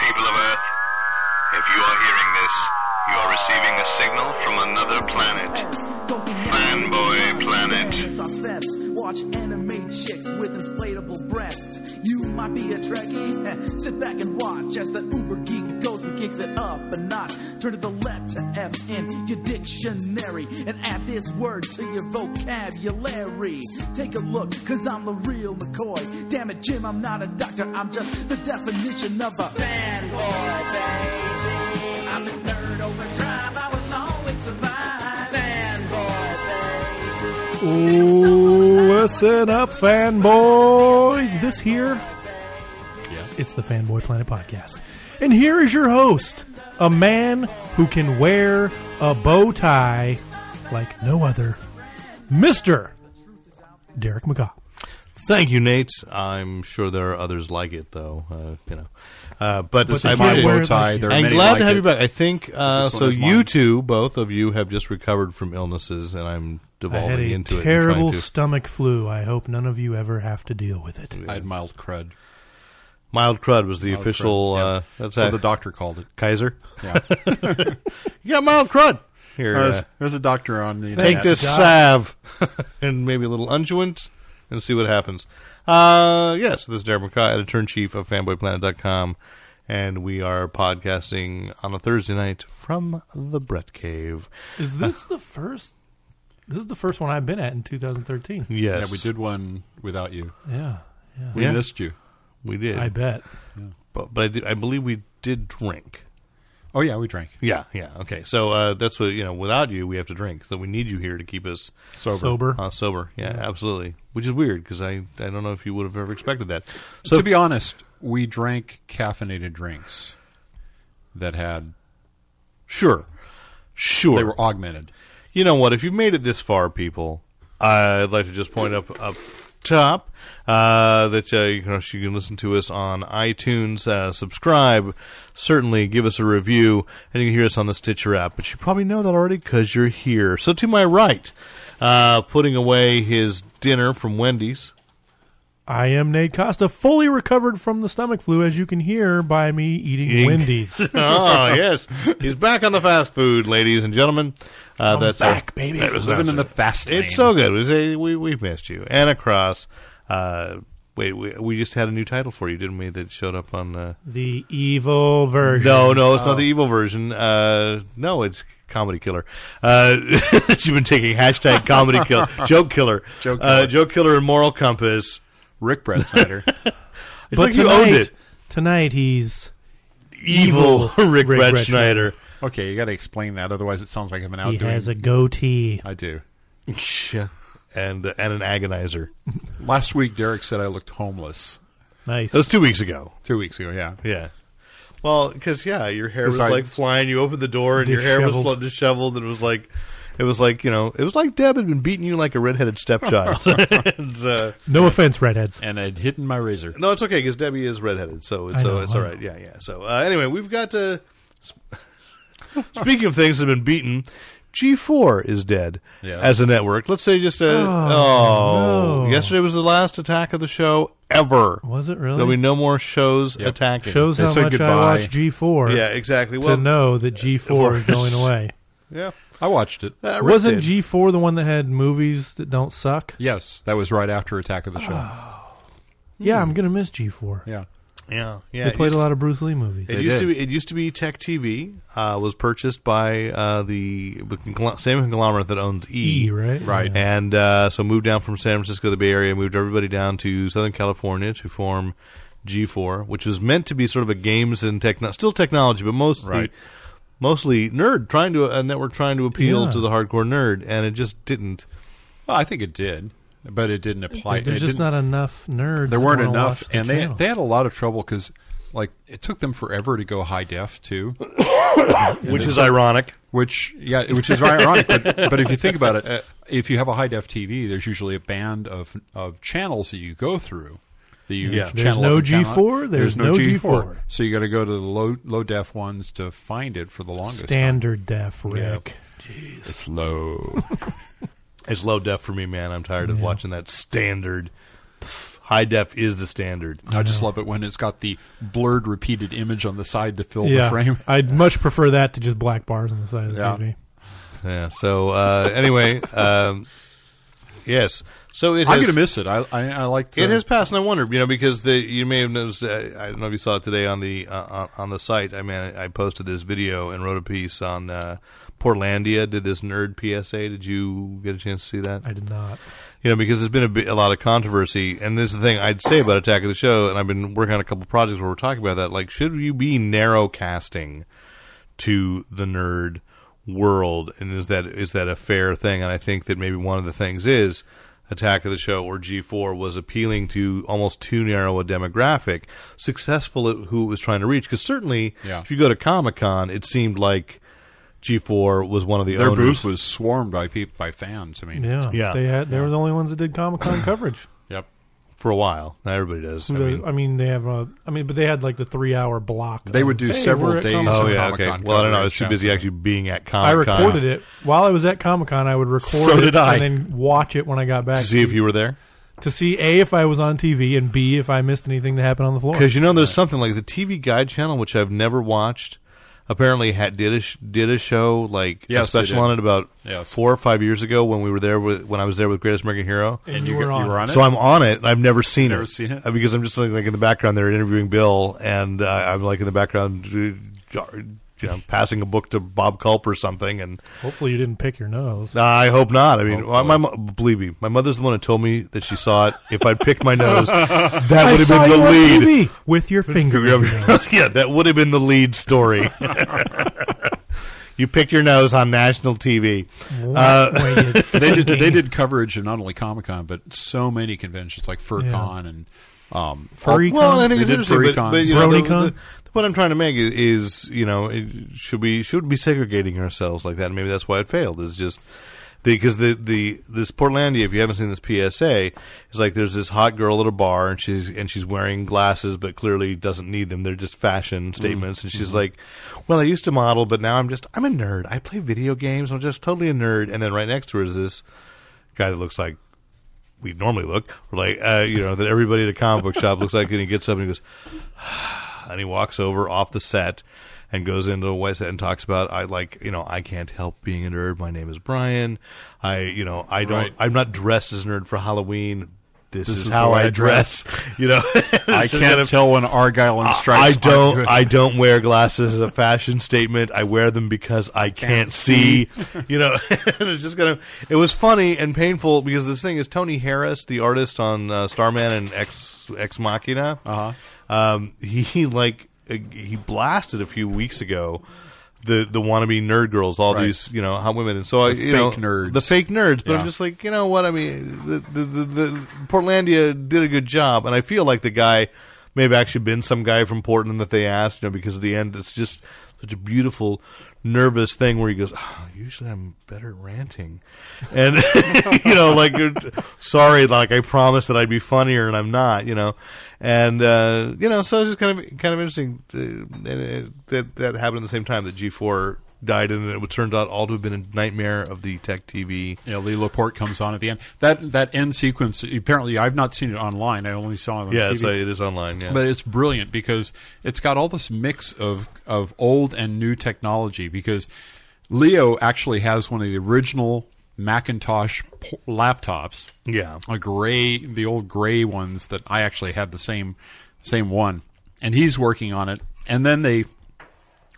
people of Earth, if you are hearing this, you are receiving a signal from another planet. Fanboy Planet. Sauce fests, watch anime chicks with inflatable breasts. You might be a Trekkie, heh, sit back and watch as the uber geek goes and kicks it up a notch. Turn to the letter F in your dictionary and add this word to your vocabulary. Take a look, cause I'm the real McCoy. Damn it, Jim, I'm not a doctor, I'm just the definition of a fanboy, baby. I'm a nerd overdrive, I will always survive. Fanboy, baby. Listen up, fanboys. This here, Yeah. it's the Fanboy Planet Podcast. And here is your host, a man who can wear a bow tie like no other, Mr. Derek McGaw. Thank you, Nate. I'm sure there are others like it, though. Uh, you know, uh, but they I can't appreciate wear it it. like you. There are I'm many glad like to have it. you back. I think uh, This one so. is You mine. two, both of you, have just recovered from illnesses, and I'm I had devolving a into terrible it. and trying to- stomach flu. I hope none of you ever have to deal with it. I had mild crud. Mild crud was the Mild official. crud, yeah. Uh, that's so how- the doctor called it. Kaiser. Yeah. You got mild crud. Here, there's, uh, there's a doctor on the take internet. this Doc. salve and maybe a little unguent and see what happens. Uh, yes, this is Derek McCaw, editor in chief of fanboyplanet.com, and we are podcasting on a Thursday night from the Brett Cave. Is this the first? This is the first one I've been at in 2013. Yes, Yeah, we did one without you. Yeah, yeah. We Yeah. missed you. We did. I bet. but but I, did, I believe we did drink. Oh yeah, we drank. Yeah, yeah. Okay, so uh, that's what you know. Without you, we have to drink. So we need you here to keep us Sober. Sober. uh, sober. Yeah, absolutely. Which is weird because I I don't know if you would have ever expected that. So So to be honest, we drank caffeinated drinks that had sure, sure. they were augmented. You know what? If you've made it this far, people, I'd like to just point up up top uh, that uh, you, can, you can listen to us on iTunes. Uh, subscribe, certainly give us a review, and you can hear us on the Stitcher app. But you probably know that already because you're here. So to my right, uh, putting away his dinner from Wendy's. I am Nate Costa, fully recovered from the stomach flu, as you can hear by me eating Eating. Wendy's. oh yes, he's back on the fast food, ladies and gentlemen. Uh, that's back, baby. that was Living that's in the it. fast lane. It's so good. We say we we missed you, Anna Cross. Uh, wait, we, we just had a new title for you, didn't we? That showed up on. Uh, the evil version. no, no, it's not the evil version. Uh, no, it's comedy killer. Uh, that you've been taking hashtag comedy killer, joke killer, Joke Uh, killer. joke killer, and moral compass. Rick Brett Snyder. It's like you owned it. Tonight he's Evil, evil Rick Rick, Brett Brett Schneider. okay, you got to explain that, otherwise it sounds like I'm an he outdoing. has a goatee. I do. and uh, and an agonizer. Last week, Derek said I looked homeless. Nice. That was two weeks ago. Two weeks ago, yeah. Yeah. Well, because yeah, your hair 'Cause was I- like flying. You opened the door and your hair was flo- Disheveled. disheveled, and it was like, it was like you know, it was like Deb had been beating you like a redheaded stepchild. and, uh, no offense, redheads. And I'd hidden my razor. no, it's okay because Debbie is redheaded, so it's I know, uh, it's I all right. Yeah, yeah. So uh, anyway, we've got to. Speaking of things that have been beaten, G4 is dead Yeah. as a network. Let's say just a oh, no. yesterday was the last attack of the show ever. Was it really? There'll be no more shows attacking. Shows They how said much I goodbye. watch G4 yeah, exactly. to Well, know that G4 is divorce. going away. yeah. I watched it. Uh, Rick Wasn't did. G4 the one that had movies that don't suck? Yes, that was right after Attack of the Show. Yeah, I'm going to miss G4. yeah. Hmm. Yeah, yeah. They it played used- a lot of Bruce Lee movies. It They used did. to be. It used to be Tech TV. Uh, was purchased by uh, the congl- same conglomerate that owns E. E, right? Right. Yeah. And uh, so moved down from San Francisco, the Bay Area, moved everybody down to Southern California to form G4, which was meant to be sort of a games and techno, still technology, but mostly Right. mostly nerd, trying to a network trying to appeal Yeah. to the hardcore nerd, and it just didn't. Well, I think it did, but it didn't apply. There's it just didn't- not enough nerds. There that weren't wanna enough, watch the and they channel. they had a lot of trouble because like it took them forever to go high def too. Which is ironic. Which yeah, which is very ironic. But, but if you think about it, if you have a high def TV, there's usually a band of of channels that you go through. That you Yeah. There's channel no up and channel G4, out. there's no G4. So you got to go to the low low def ones to find it for the longest. standard def, Rick. time. It's low. It's low def for me, man. I'm tired of watching that standard pff, High def is the standard. I just love it when it's got the blurred, repeated image on the side to fill yeah, the frame. I'd much prefer that to just black bars on the side of the Yeah. TV. Yeah. So uh, anyway, um, yes. So it. I'm has- gonna miss it. I I, I like to, It has passed, and I wondered, you know, because the you may have noticed. Uh, I don't know if you saw it today on the uh, on, on the site. I mean, I posted this video and wrote a piece on uh, Portlandia. Did this nerd PSA? Did you get a chance to see that? I did not. you know, because there's been a, bi- a lot of controversy. And this is the thing I'd say about Attack of the Show, and I've been working on a couple projects where we're talking about that. Like, should you be narrow casting to the nerd world, and is that is that a fair thing? And I think that maybe one of the things is Attack of the Show or G4 was appealing to almost too narrow a demographic, successful at who it was trying to reach. Because certainly, Yeah. if you go to Comic Con, it seemed like G4 was one of the their owners. booth was swarmed by people by fans. I mean, Yeah, Yeah. They had. They were the only ones that did Comic Con coverage. yep. for a while. Now everybody does. I The- mean, they have. A, I mean, but they had like the three-hour block. They of, would do "Hey, several we're at days Comic-Con." of Oh yeah, Comic-Con okay. Well, I don't know. I was coverage, too busy yeah. actually being at I Comic Con. recorded it while I was at Comic Con. I would record So it did I. and then watch it when I got back to see if you were there. to see a if I was on TV and b if I missed anything that happened on the floor. Because you know, there's something like the TV Guide channel, which I've never watched. Apparently, had did a sh- did a show like Yes, a they special did. on it about Yes. four or five years ago when we were there with when I was there with Greatest American Hero. and, you, got- you were on it. So I'm on it. and I've never seen Never it. seen it? Uh, because I'm just like, like in the background. They're interviewing Bill, and uh, I'm like in the background, uh, you know, passing a book to Bob Culp or something, and Hopefully, you didn't pick your nose. Nah, I hope not. I mean, well, my mo- believe me, my mother's the one who told me that she saw it. If I'd picked my nose, that would have been the lead. TV with your finger. in your nose. yeah, that would have been the lead story. you picked your nose on national TV. What were you they did, they thinking? did coverage of not only Comic Con but so many conventions like FurCon and um, Furry Well, con? I think it's They did interesting, but, Furrycon. but you know, the, Bronycon? the, what I'm trying to make is, is you know, it, should we should we be segregating ourselves like that? And maybe that's why it failed. Is just because the, the this Portlandia, if you haven't seen this PSA, is like there's this hot girl at a bar and she's and she's wearing glasses, but clearly doesn't need them. They're just Mm-hmm. fashion statements, and she's like, "Well, I used to model, but now I'm just I'm a nerd. I play video games. I'm just totally a nerd." And then right next to her is this guy that looks like we normally look like uh, you know that everybody at a comic book shop looks like and he gets up and he goes and he walks over off the set and goes into a white set and talks about I like you know I can't help being a nerd my name is Brian I you know I don't Right. I'm not dressed as a nerd for Halloween this, is, is how the way I I dress, dress." you know I This is can't gonna- tell when Argyle and Stripes. I aren't don't. good. I don't wear glasses as a fashion statement. I wear them because I can't, see. You know, and it's just gonna. It was funny and painful because this thing is Tony Harris, the artist on uh, Starman and Ex Ex Machina. Uh-huh. Um, he, he like uh, he blasted a few weeks ago. The, the wannabe nerd girls, all Right. these you know hot women, and so I you fake know, nerds. the fake nerds. But I'm Yeah. just like you know what I mean. The, the the the Portlandia did a good job, and I feel like the guy may have actually been some guy from Portland that they asked, you know, because at the end it's just such a beautiful, nervous thing where he goes, oh, "Usually I'm better at ranting," and you know, like, you're t- sorry, like I promised that I'd be funnier, and I'm not, you know, and uh, you know, so it's just kind of kind of interesting uh, and, uh, that that happened at the same time that G4 died, and it turned out all to have been a nightmare of the tech TV. Yeah, Lee Laporte comes on at the end. That that end sequence. Apparently, I've not seen it online. I only saw it on Yeah, TV. it's, uh, it is online. Yeah. but it's brilliant because it's got all this mix of of old and new technology because Leo actually has one of the original Macintosh po- laptops. Yeah. A gray the old gray ones that I actually had the same same one and he's working on it and then they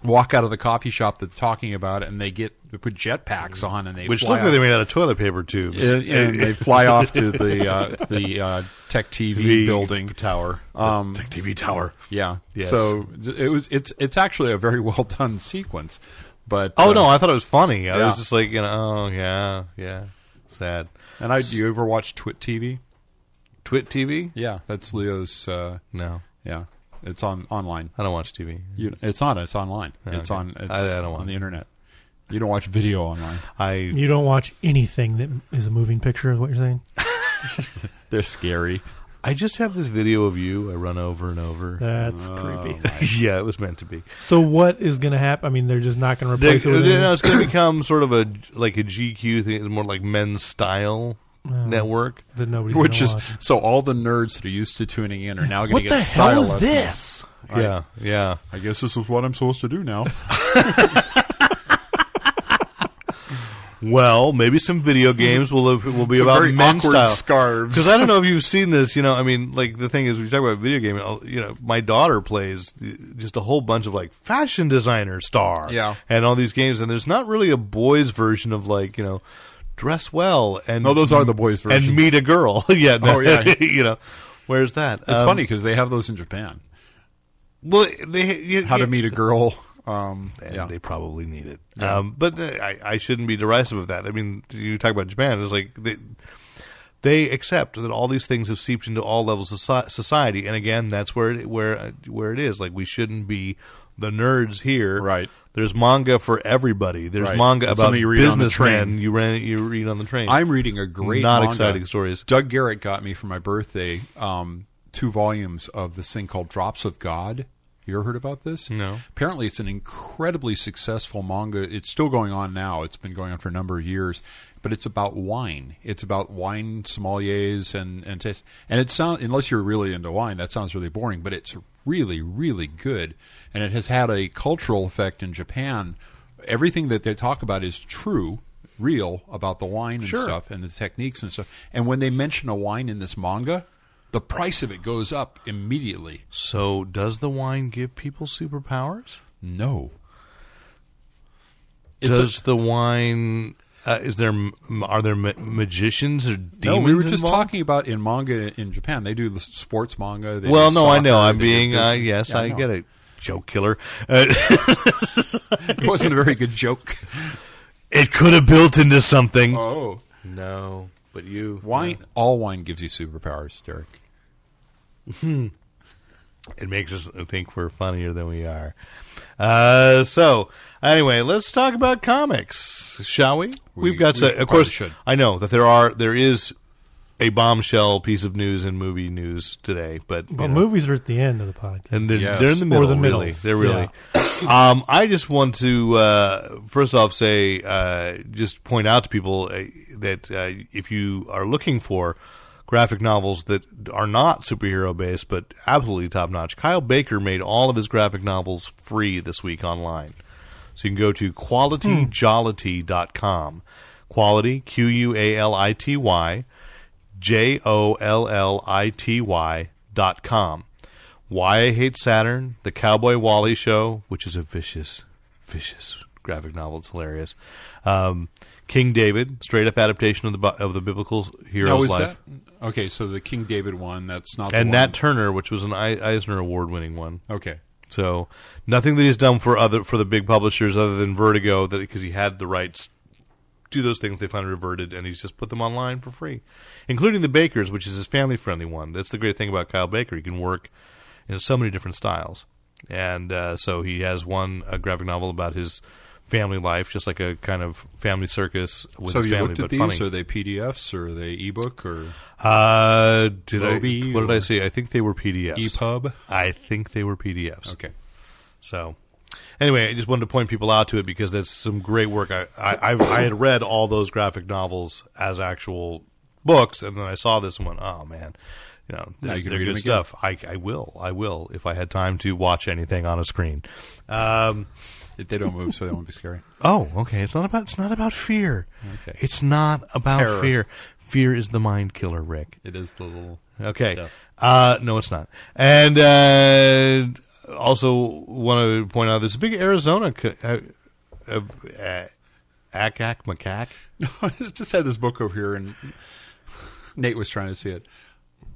walk out of the coffee shop that's talking about it and they get they put jetpacks on and they Which fly looked like they off- made out of toilet paper tubes. and, and they fly off to the uh, the uh, tech TV building tower, Um, tech TV tower. yeah. Yes. So it was. It's it's actually a very well done sequence, but Oh uh, no, I thought it was funny. I Yeah. was just like, you know, oh yeah, yeah, sad. and I do you ever watch Twit TV? Twit TV? Yeah, that's Leo's. Uh, No, yeah, it's on online. I don't watch TV. You, it's not. It's online. it's okay. on. It's I- I don't want on the it. internet. You don't watch video online. I You don't watch anything that is a moving picture, is what you're saying? They're scary. I just have this video of you. I run over and over. That's creepy. yeah, it was meant to be. So what is going to happen? I mean, they're just not going to They- replace it. With you know, anything? it's going to become sort of a like a GQ thing, more like men's style network. that nobody's Which gonna is watch. so all the nerds that are used to tuning in are now going what to the get hell is stylus. this? Yeah, yeah. I guess this is what I'm supposed to do now. Well, maybe some video games will will be Mm-hmm. Some about very men awkward style scarves. Because I don't know if you've seen this. You know, I mean, like the thing is, we talk about video game. I'll- You know, my daughter plays uh, just a whole bunch of like fashion designer star, Yeah. and all these games. And there's not really a boys' version of like you know, dress well and No, those are the boys' versions. and meet a girl. yeah, no, Oh, yeah. you know, where's that? It's Um, funny because they have those in Japan. Well, they, you, How you- to meet a girl. Um, and yeah. they probably need it. Um, but uh, I, I shouldn't be derisive of that. I mean, you talk about Japan, it's like they, they accept that all these things have seeped into all levels of so- society, and again, that's where it, where uh, where it is. Like we shouldn't be the nerds here, Right. There's manga for everybody. There's Right. manga It's about something you read on the businessmen train. you ran you read on the train. I'm reading a great Not manga. exciting stories. Doug Garrett got me for my birthday um, two volumes of this thing called Drops of God. You ever heard about this? No. Apparently, it's an incredibly successful manga. It's still going on now. It's been going on for a number of years, but it's about wine. It's about wine sommeliers and and taste. And it sounds unless you're really into wine, that sounds really boring. But it's really really good, and it has had a cultural effect in Japan. Everything that they talk about is true, real about the wine and stuff and the techniques and stuff. And when they mention a wine in this manga, the price of it goes up immediately. so does the wine give people superpowers? No. It's a- Does the wine? Uh, is there m- are there ma- magicians or demons? No, we were just involved? talking about in manga in Japan. They do the sports manga. They Well, do no, I know. soccer, I'm they do being. this- Uh, yes, Yeah, I know. get it. Joke killer. Uh, It wasn't a very good joke. it could have built into something. Oh, No, but you wine! All wine gives you superpowers, Derek. It makes us think we're funnier than we are. Uh, so anyway, let's talk about comics, shall we? We- We've got. we so- probably of course, should. I know that there are. There is a bombshell piece of news in movie news today, but you Well, know. movies are at the end of the podcast. and they're, Yes. they're in the middle. Or the middle. Really. They're really. um, I just want to uh, first off say, uh, just point out to people uh, that uh, if you are looking for graphic novels that are not superhero based but absolutely top notch, Kyle Baker made all of his graphic novels free this week online. So you can go to qualityjollity.com. Quality, Q U A L I T Y, J O L L I T Y dot com. Why I Hate Saturn, The Cowboy Wally Show, which is a vicious, vicious graphic novel. It's hilarious. Um, King David, straight up adaptation of the bu- of the biblical hero's No, Oh, is life, that okay? So the King David one. That's not and the one. Nat Turner, which was an I- Eisner Award winning one. okay. So nothing that he's done for other for the big publishers other than Vertigo, that because he had the rights to those things, they finally reverted, and he's just put them online for free, including the Baker's, which is his family friendly one. That's the great thing about Kyle Baker; he can work in so many different styles, and uh, so he has one a graphic novel about his family life, just like a kind of family circus with so have his you family, looked at but these? funny. Are they PDFs or are they ebook or uh, did Moby I? What did I or- say? I think they were PDFs. EPUB? I think they were PDFs. Okay. So, anyway, I just wanted to point people out to it because that's some great work. I I, I've, I had read all those graphic novels as actual books, and then I saw this and went, oh man, you know, Now they're, you can they're read 'em good again. stuff. I, I will, I will, if I had time to watch anything on a screen. Um, If they don't move, so they won't be scary. oh, okay, it's not about it's not about fear. Okay. It's not about Terror. fear. Fear is the mind killer, Rick. It is the little. Okay. Yeah. Uh, no, it's not. And uh, also want to point out there's a big Arizona co- uh, uh, uh, ack ack macaque. No, I just had this book over here, and Nate was trying to see it.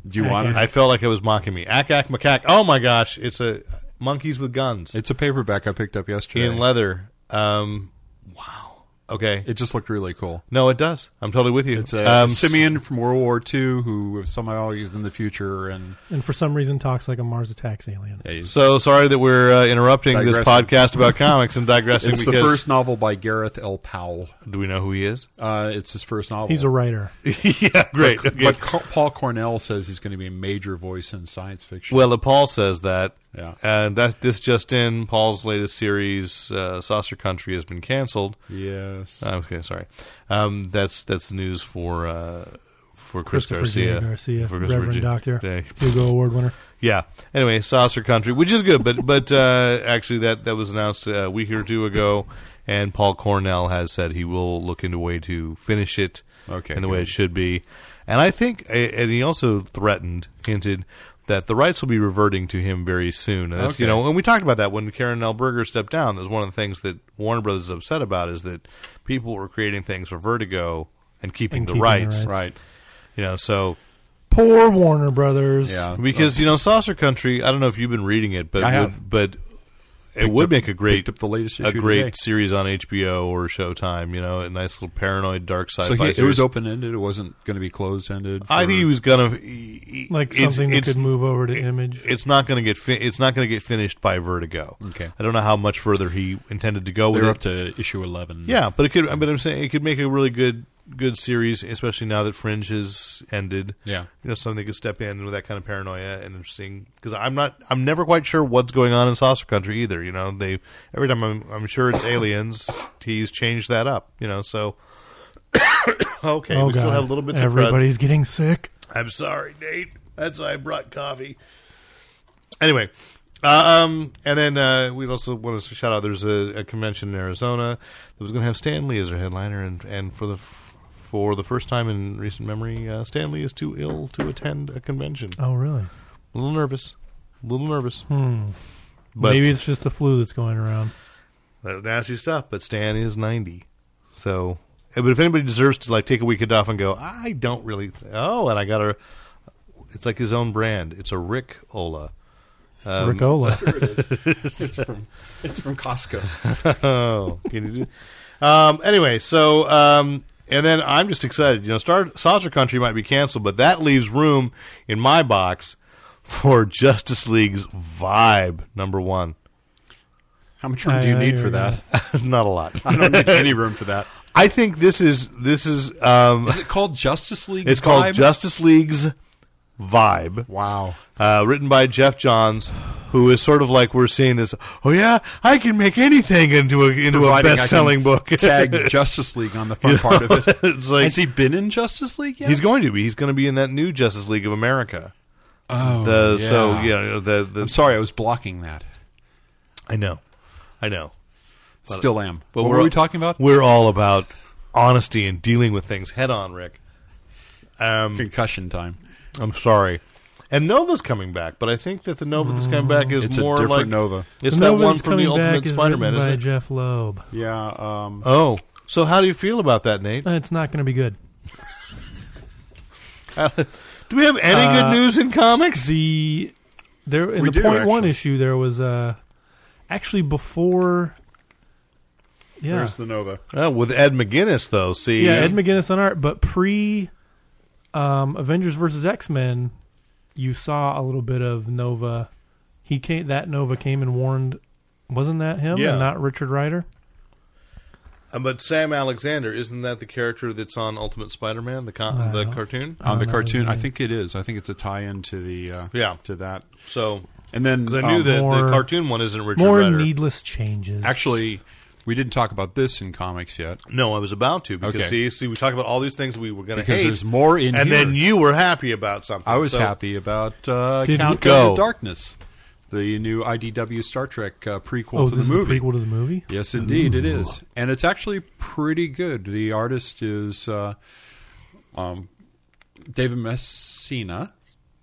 Do you want it? I felt like it was mocking me. Ack ack macaque. Oh my gosh, it's a monkeys with guns It's a paperback I picked up yesterday. in leather. Um, wow. Okay. it just looked really cool. no, it does. I'm totally with you. It's a Um, simian from World War II who somehow is in the future, and And for some reason, talks like a Mars attacks alien. So sorry that we're uh, interrupting this Digressing. podcast about comics and digressing it's the because first novel by Gareth L. Powell. do we know who he is? Uh, it's his first novel. He's a writer. yeah, great. But, Okay. but Cor- Paul Cornell says he's going to be a major voice in science fiction. Well, if Paul says that, Yeah. and that this just in, Paul's latest series, uh, Saucer Country, has been canceled. Uh, yes, Okay, sorry. Um, that's that's the news for uh, for Chris Christopher Garcia, J. Garcia, for Christopher Reverend J- Doctor, J. Hugo Award winner. Yeah. Anyway, Saucer Country, which is good, but but uh, actually that that was announced a week or two ago, and Paul Cornell has said he will look into a way to finish it Okay, in the good. way it should be, and I think and he also threatened, hinted. That the rights will be reverting to him very soon, and that's, you Okay. know, and we talked about that when Karen L. Berger stepped down. That was one of the things that Warner Brothers is upset about is that people were creating things for Vertigo and keeping, And the, keeping the rights, rights. Right. You know, so Poor Warner Brothers. Yeah. because you know Saucer Country. I don't know if you've been reading it, but I have. would- but it would up- make a great picked up the latest a issue great today. series on HBO or Showtime. You know, a nice little paranoid dark sci-fi. So he, it series. was open ended. It wasn't going to be closed ended. I think he was gonna he- he- like it's- something it's, that could move over to Image. It's not gonna get fi- it's not gonna get finished by Vertigo. Okay. I don't know how much further he intended to go with They're it. up to issue eleven. yeah, but it could. But I'm saying it could make a really good good series, especially now that Fringe has ended. Yeah. you know something could step in with that kind of paranoia and interesting because I'm not I'm never quite sure what's going on in Saucer Country either. You know they every time I'm I'm sure it's aliens. He's changed that up. You know so okay oh we God! still have little bits of Everybody's getting sick. crud. I'm sorry, Nate. That's why I brought coffee. Anyway. uh, um, and then uh, we also want to shout out. There's a, a convention in Arizona that was going to have Stan Lee as their headliner, and, and for the f- for the first time in recent memory, uh, Stan Lee is too ill to attend a convention. Oh, really? A little nervous. A little nervous. But Hmm. Maybe it's just the flu that's going around. that- nasty stuff. But Stan is ninety, so. eh, But if anybody deserves to like take a weekend off and go, I don't really. th- oh, and I got a. It's like his own brand. It's a Rick Ola. Um, Ricola. it's from it's from Costco. Oh, can you do? Um, anyway, so um, and then I'm just excited. You know, Star Saucer Country might be canceled, but that leaves room in my box for Justice League's Vibe number one. How much room do you I- I need for hear that? Not a lot. I don't need any room for that. I think this is this is um, Is it called Justice League? It's called Vibe? Justice League's Vibe, Wow. uh, written by Jeff Johns, who is sort of like we're seeing this. Oh yeah, I can make anything into a into Providing I a can best selling book. Tag Justice League on the front part of it. it's like Has he been in Justice League yet? he's going to be. He's going to be in that new Justice League of America. Oh, the, yeah. so yeah, the, the I'm sorry, I was blocking that. I know, I know. Still am. But what we're were all- we talking about? We're all about honesty and dealing with things head on, Rick. Um, Concussion time. I'm sorry. And Nova's coming back, but I think that the Nova that's coming back is It's a more different like Nova. It's The that Nova one that's from the coming back Ultimate is Spider-Man, written by isn't it? Jeff Loeb. Yeah. Um, Oh, so how do you feel about that, Nate? Uh, it's not going to be good. Do we have any Uh, good news in comics? The there in We the do, point one actually. issue there was uh actually before yeah There's the Nova. Uh, with Ed McGuinness, though. See, yeah Ed McGuinness on art but pre um, Avengers versus X Men you saw a little bit of Nova he came that Nova came and warned wasn't that him Yeah. and not Richard Ryder Uh, but Sam Alexander isn't that the character that's on Ultimate Spider-Man, the con- I the don't- cartoon? On the no, cartoon, yeah. I think it is. I think it's a tie-in to the uh, Uh, Yeah. to that. So And then 'cause I knew um, that the more- cartoon one isn't Richard more Rider. needless changes Actually, we didn't talk about this in comics yet. no, I was about to because Okay. see, see, we talked about all these things we were going to Because hate. there's more in and here. then you were happy about something. I was so- happy about uh, Did Count we- Go. Go Darkness, the new IDW Star Trek uh, prequel oh to this the movie. is the prequel to the movie Yes, indeed, it is, and it's actually pretty good. The artist is uh, um, David Messina,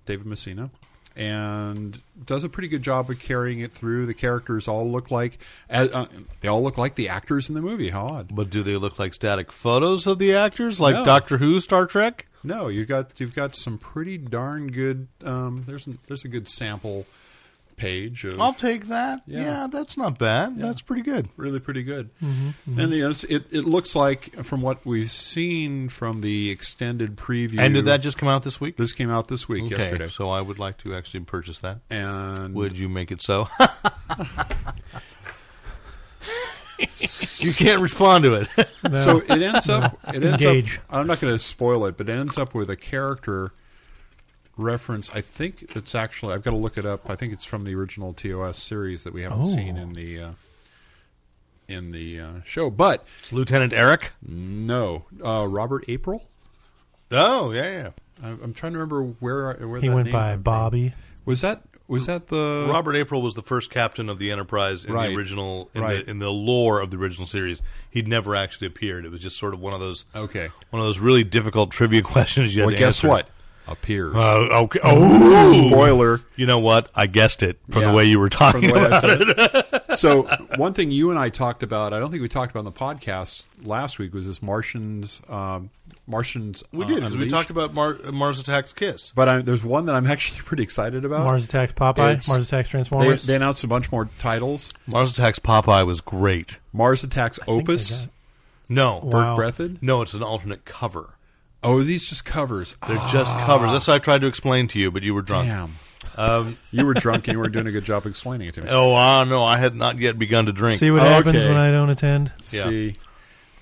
David Messina, and does a pretty good job of carrying it through. The characters all look like as, uh, they all look like the actors in the movie. How odd! But do they look like static photos of the actors, like No. Doctor Who, Star Trek? No, you've got you've got some pretty darn good. Um, there's there's a good sample page of I'll take that. Yeah, Yeah. that's not bad. That's pretty good. really pretty good. Mm-hmm, And you know, it's, it it looks like from what we've seen from the extended preview. And did that just come out this week? this came out this week okay, yesterday? so I would like to actually purchase that. And Would you make it so? you can't respond to it. No. so it ends up it ends Engage. up. I'm not going to spoil it, but it ends up with a character reference. I think it's actually I've got to look it up. I think it's from the original TOS series that we haven't Oh. seen in the uh, in the uh, show, but Lieutenant Eric. no, uh, Robert April. Oh yeah, yeah. I'm, I'm trying to remember where where He that went name by came from. Bobby. Was that was that the Robert April was the first captain of the Enterprise in Right. the original in, Right. the, in the lore of the original series. He'd never actually appeared. It was just sort of one of those Okay. one of those really difficult trivia questions. You had Well, to guess answer. what? Appears. Uh, okay. Oh, Spoiler. You know what? I guessed it from Yeah. the way you were from talking the way about I it. said it. So one thing you and I talked about, I don't think we talked about on the podcast last week, was this Martians. Um, Martians. We uh, did. 'cause we Unleashed. talked about Mar- Mars Attacks Kiss. But I, there's one that I'm actually pretty excited about. Mars Attacks Popeye, Oh. It's- Mars Attacks They, Transformers. they announced a bunch more titles. Mars Attacks Popeye was great. Mars Attacks think they Opus. got- No, Wow. Bert Breathed. no, it's an alternate cover. Oh, are these just covers. They're just covers. That's what I tried to explain to you, but you were drunk. Um, Damn. you were drunk and you were doing a good job explaining it to me. Oh, I know. I had not yet begun to drink. See what Okay. happens when I don't attend. yeah. See.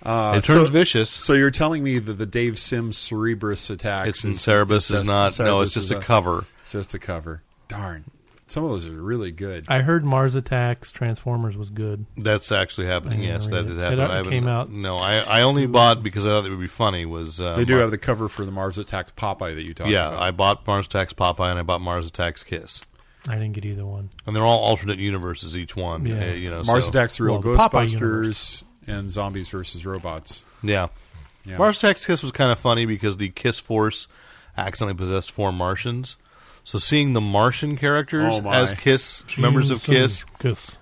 it turns so- vicious. So you're telling me that the Dave Sims Cerebrus attack It's in Cerebus is not. no, it's just a cover. It's just a cover. Darn. Some of those are really good. I heard Mars Attacks Transformers was good. That's actually happening. I didn't Yes, read that it. did It happen. out- I haven't- came out- No, I, I only bought because I thought it would be funny. Was uh, they do Mar- have the cover for the Mars Attacks Popeye that you talked Yeah, about. I bought Mars Attacks Popeye and I bought Mars Attacks Kiss, I didn't get either one. and they're all alternate universes. Each one, Yeah. uh, you know, Mars so- Attacks the Real Well, Popeye Ghostbusters universe. and Zombies versus Robots. Yeah. Yeah. Mars Attacks Kiss was kind of funny because the Kiss Force accidentally possessed four Martians. So seeing the Martian characters Oh, my. as Kiss members of Kiss, Jameson Kiss.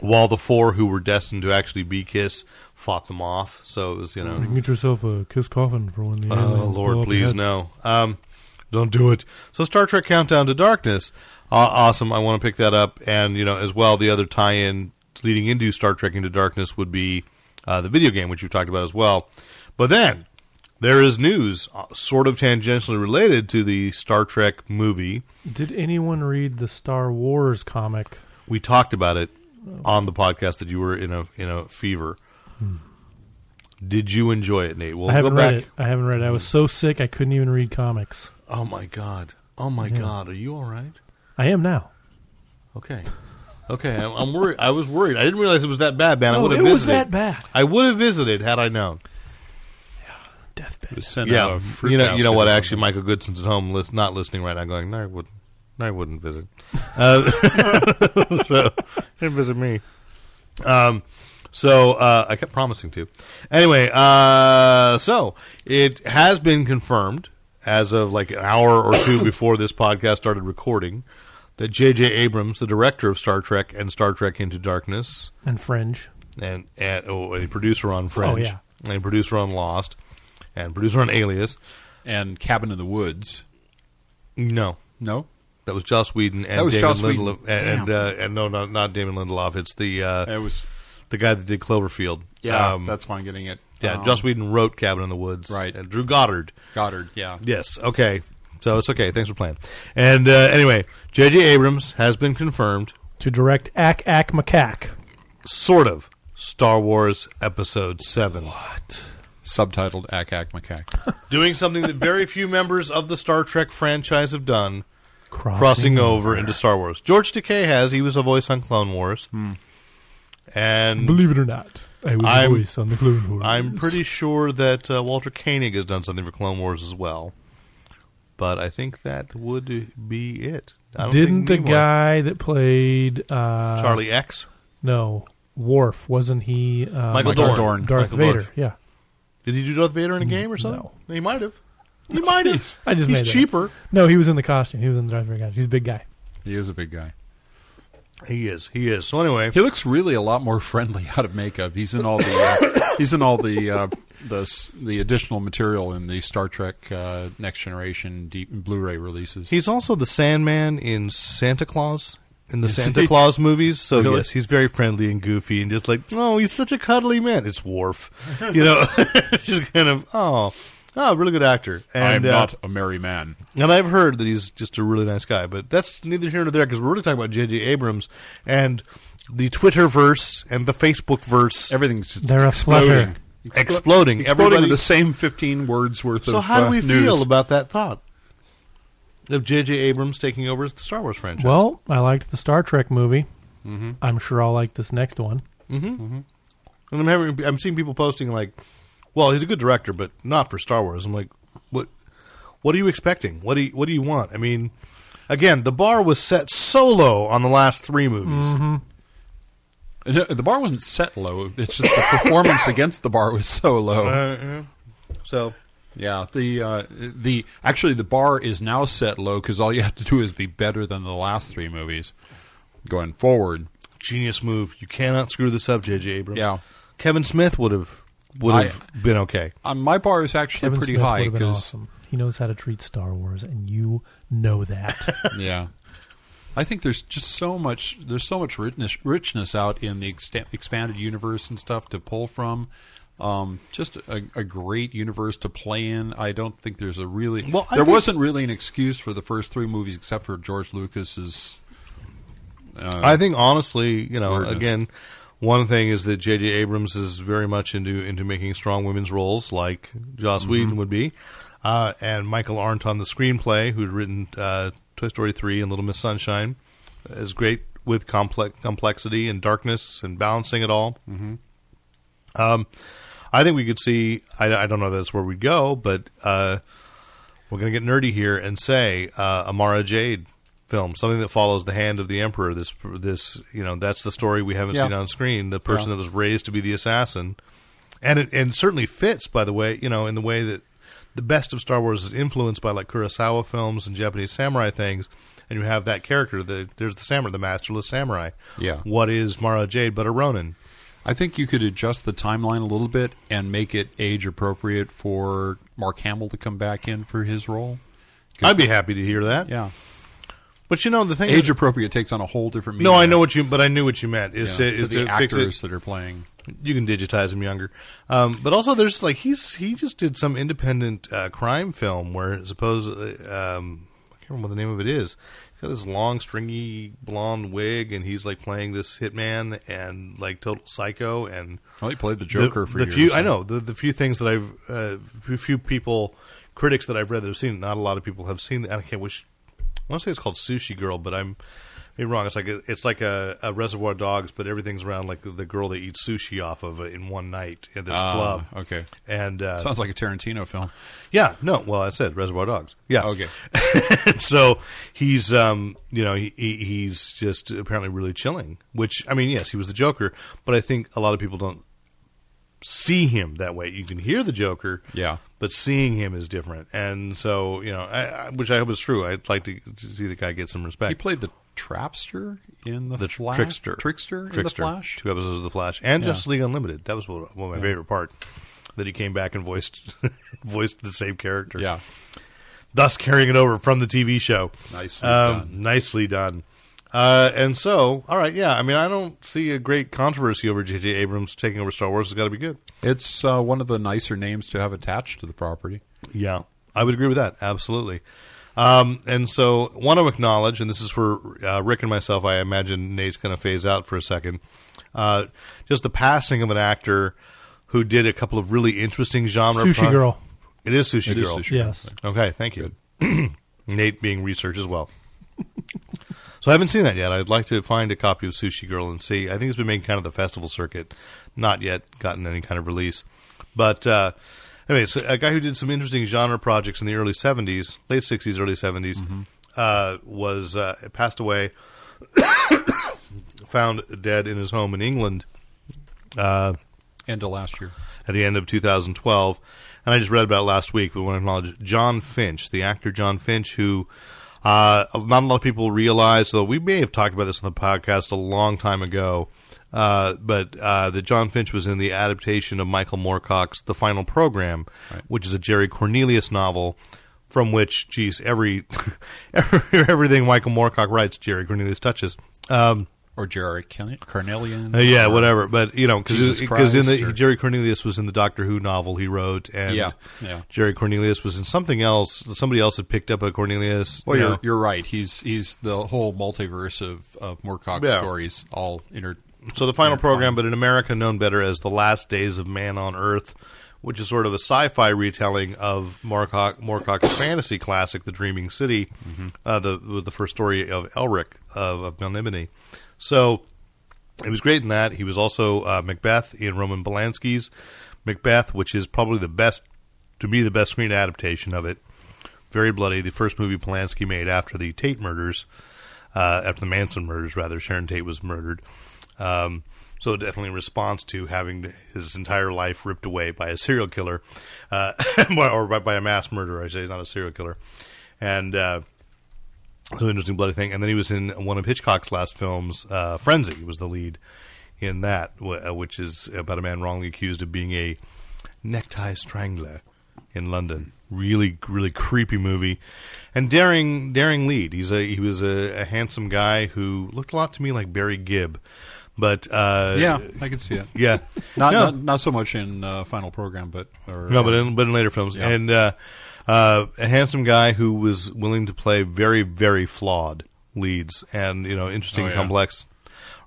while the four who were destined to actually be Kiss fought them off. So it was, you know, Get yourself a kiss coffin for when the Oh, aliens blow Lord, up your please head. no. Um, don't do it. So Star Trek Countdown to Darkness, uh, awesome. I want to pick that up, and you know as well the other tie-in leading into Star Trek Into Darkness would be uh, the video game, which you've talked about as well. But then there is news, uh, sort of tangentially related to the Star Trek movie. Did anyone read the Star Wars comic? We talked about it on the podcast that you were in a in a fever. Did you enjoy it, Nate? Well, Hmm. I haven't go read back. it. I haven't read it. I was so sick I couldn't even read comics. Oh my god! Oh my god! Are you all right? I am now. Okay. Okay, I'm, I'm worried. I was worried. I didn't realize it was that bad, man. I Oh, would have it visited. was that bad. I would have visited had I known. Deathbed. Send out Yeah, a fruit you know, you basket know or what? something. Actually, Michael Goodson's at home, list, not listening right now, going, "No, I wouldn't. No, I wouldn't visit. Uh, so, didn't visit me." Um, so uh, I kept promising to. Anyway, uh, so it has been confirmed as of like an hour or two before this podcast started recording that J.J. Abrams, the director of Star Trek and Star Trek Into Darkness, And Fringe. and, and oh, a producer on Fringe, yeah. and a producer on Lost, and producer on Alias. And Cabin in the Woods. No, No? that was Joss Whedon and That was Damon Joss Whedon. Lindelof, and and, uh, and no, not, not Damon Lindelof. It's the uh, It was. the guy that did Cloverfield. Yeah, Um, that's why I'm getting it. yeah. Um, Joss Whedon wrote Cabin in the Woods, Right. And Drew Goddard. Goddard, yeah. Yes. Okay. So it's okay. Thanks for playing. And uh, anyway, J.J. Abrams has been confirmed, To direct Ack Ack Macaque. sort of, Star Wars Episode Seven. Subtitled Ack Ack Macaque. doing something that very few members of the Star Trek franchise have done, Crossing crossing, over into Star Wars. George Takei has; he was a voice on Clone Wars, and Believe it or not, I was a I'm- voice on the Clone Wars. I'm pretty sure that uh, Walter Koenig has done something for Clone Wars as well. But I think that would be it. I don't Didn't the think Nimoy- guy that played uh, Charlie X? No, Worf wasn't he? Uh, Michael Michael Dorn. Dorn. Darth Michael Vader. Dorn. Yeah, Did he do Darth Vader in a game or something? He might have. He might have. I just He's made that up. cheaper. No, he was in the costume. He was in the Darth Vader costume. He's a big guy. He is a big guy. He is. He is. So anyway, He looks really a lot more friendly out of makeup. He's in all the uh, he's in all the uh, the s- the additional material in the Star Trek uh, Next Generation deep Blu-ray releases. He's also the Sandman in Santa Claus in the Is Santa he? Claus movies. So Really? yes, he's very friendly and goofy and just like, oh, he's such a cuddly man. It's Worf, you know, just kind of oh, oh, really good actor. And uh, a merry man. and I've heard that he's just a really nice guy, but that's neither here nor there because we're really talking about J.J. Abrams and the Twitter verse and the Facebook verse Everything's just They're a exploding. flutter. Explo- Exploding. exploding Everybody- with the same fifteen words worth So of. how do uh, we news. feel about that thought of J.J. Abrams taking over as the Star Wars franchise? Well, I liked the Star Trek movie. Mm-hmm. I'm sure I'll like this next one. And I'm having, I'm seeing people posting like, "Well, he's a good director, but not for Star Wars." I'm like, what what are you expecting? What do you, what do you want? I mean, again, the bar was set so low on the last three movies. Mm-hmm. No, uh, the bar wasn't set low. It's just the performance against the bar was so low. Uh-huh. So yeah, the uh, the actually the bar is now set low because all you have to do is be better than the last three movies going forward. genius move. You cannot screw this up, J.J. Abrams. Yeah. Kevin Smith would have would have been okay. Um, my bar is actually Kevin pretty Smith high would've been because awesome. he knows how to treat Star Wars, and you know that. yeah, I think there's just so much there's so much richness richness out in the extent, expanded universe and stuff to pull from. Um, just a, a great universe to play in. I don't think there's a really Well, I there think- wasn't really an excuse for the first three movies except for George Lucas's I think honestly, you know, Weirdness. again, one thing is that J.J. Abrams is very much into into making strong women's roles, like Joss Mm-hmm. Whedon would be, uh, and Michael Arndt on the screenplay, who'd written uh, Toy Story three and Little Miss Sunshine, is great with complex complexity and darkness and balancing it all. Um, I think we could see. I, I don't know that's where we go, but uh, we're going to get nerdy here and say uh, Amara Jade film, something that follows the hand of the emperor. This, this, you know, that's the story we haven't Yeah. seen on screen. The person that was raised to be the assassin, and it and certainly fits. By the way, you know, in the way that the best of Star Wars is influenced by like Kurosawa films and Japanese samurai things. And you have that character. The, there's the samurai, the masterless samurai. Yeah. What is Mara Jade but a Ronin? I think you could adjust the timeline a little bit and make it age appropriate for Mark Hamill to come back in for his role. 'Cause- I'd be happy to hear that. yeah. But you know the thing. Age is, appropriate takes on a whole different meaning. no, I know what you. But I knew what you meant. you know, Is for to, is the to fix actors it. that are playing. You can digitize him younger. Um, but also, there's like he's he just did some independent uh, crime film where suppose um, I can't remember what the name of it is. He's got this long stringy blonde wig, and he's like playing this hitman and like total psycho and Well, he played the Joker the, for the years. Few, I know the the few things that I've uh, few- few people critics that I've read that have seen. it, Not a lot of people have seen. it. I can't wish. I want to say it's called Sushi Girl, but I'm maybe wrong. It's like a, it's like a, a Reservoir Dogs, but everything's around like the girl they eat sushi off of uh, in one night at this Ah, club. okay. and uh, Sounds like a Tarantino film. yeah, no. Well, I said Reservoir Dogs. Yeah, Okay. so he's um you know he, he he's just apparently really chilling which i mean yes he was the joker but i think a lot of people don't see him that way you can hear the joker Yeah. but seeing him is different and so you know I, I, which i hope is true i'd like to, to see the guy get some respect He played the trapster in the, the Flash? trickster trickster, in the Trickster. Flash. two episodes of the flash and Yeah. justice league unlimited that was one of my favorite part that he came back and voiced voiced the same character Yeah, thus carrying it over from the TV show. Um, Nicely done. Nicely done. Uh, and so, all right, yeah. I mean, I don't see a great controversy over J.J. Abrams taking over Star Wars. It's got to be good. it's uh, one of the nicer names to have attached to the property. Yeah, I would agree with that. Absolutely. Um, and so, want to acknowledge, and this is for uh, Rick and myself. I imagine Nate's going to phase out for a second. Uh, just the passing of an actor who did a couple of really interesting genre. Sushi pro- Girl. It is sushi It is girl. Sushi Girl. Yes. Okay, thank you. Nate being research as well. so I haven't seen that yet. I'd like to find a copy of Sushi Girl and see. I think it's been making kind of the festival circuit, not yet gotten any kind of release. But uh, anyway, so a guy who did some interesting genre projects in the early '70s, late '60s, early '70s, uh, was uh, passed away, found dead in his home in England End of last year. at the end of 2012. And I just read about it last week. We want to acknowledge John Finch, the actor John Finch, who uh, not a lot of people realize, though we may have talked about this on the podcast a long time ago, uh, but uh, that John Finch was in the adaptation of Michael Moorcock's The Final Program, which is a Jerry Cornelius novel. From which, geez, every everything Michael Moorcock writes, Jerry Cornelius touches. Um, Or Jared Ken- Carnelian. uh, yeah, whatever. But you know, Jesus because in Christ the or- Jerry Cornelius was in the Doctor Who novel he wrote, and Yeah, yeah. Jerry Cornelius was in something else. Somebody else had picked up a Cornelius. Well, you you're, know. you're right. He's he's the whole multiverse of of Moorcock Yeah. stories, all inter. so the final program, but in America known better as the Last Days of Man on Earth, which is sort of a sci-fi retelling of Moorcock, Moorcock's fantasy classic, The Dreaming City, uh, the with the first story of Elric of, of Melnibone. So he was great in that. He was also uh, Macbeth in Roman Polanski's Macbeth, which is probably the best to be the best screen adaptation of it. Very bloody. The first movie Polanski made after the Tate murders, uh, after the Manson murders, rather. Sharon Tate was murdered. Um, so definitely in response to having his entire life ripped away by a serial killer, uh, or by, by a mass murderer, I say, not a serial killer. And uh, so interesting bloody thing. And then he was in one of Hitchcock's last films, uh, Frenzy. He was the lead in that, wh- uh, which is about a man wrongly accused of being a necktie strangler in London. Really, really creepy movie, and daring, daring lead. He's a he was a, a handsome guy who looked a lot to me like Barry Gibb, but uh, yeah, I can see it. yeah, Not, No. not not so much in uh, final program, but or, No, but in, but in later films, Yeah. and uh, uh, a handsome guy who was willing to play very, very flawed leads, and you know, interesting, Oh, and yeah. complex,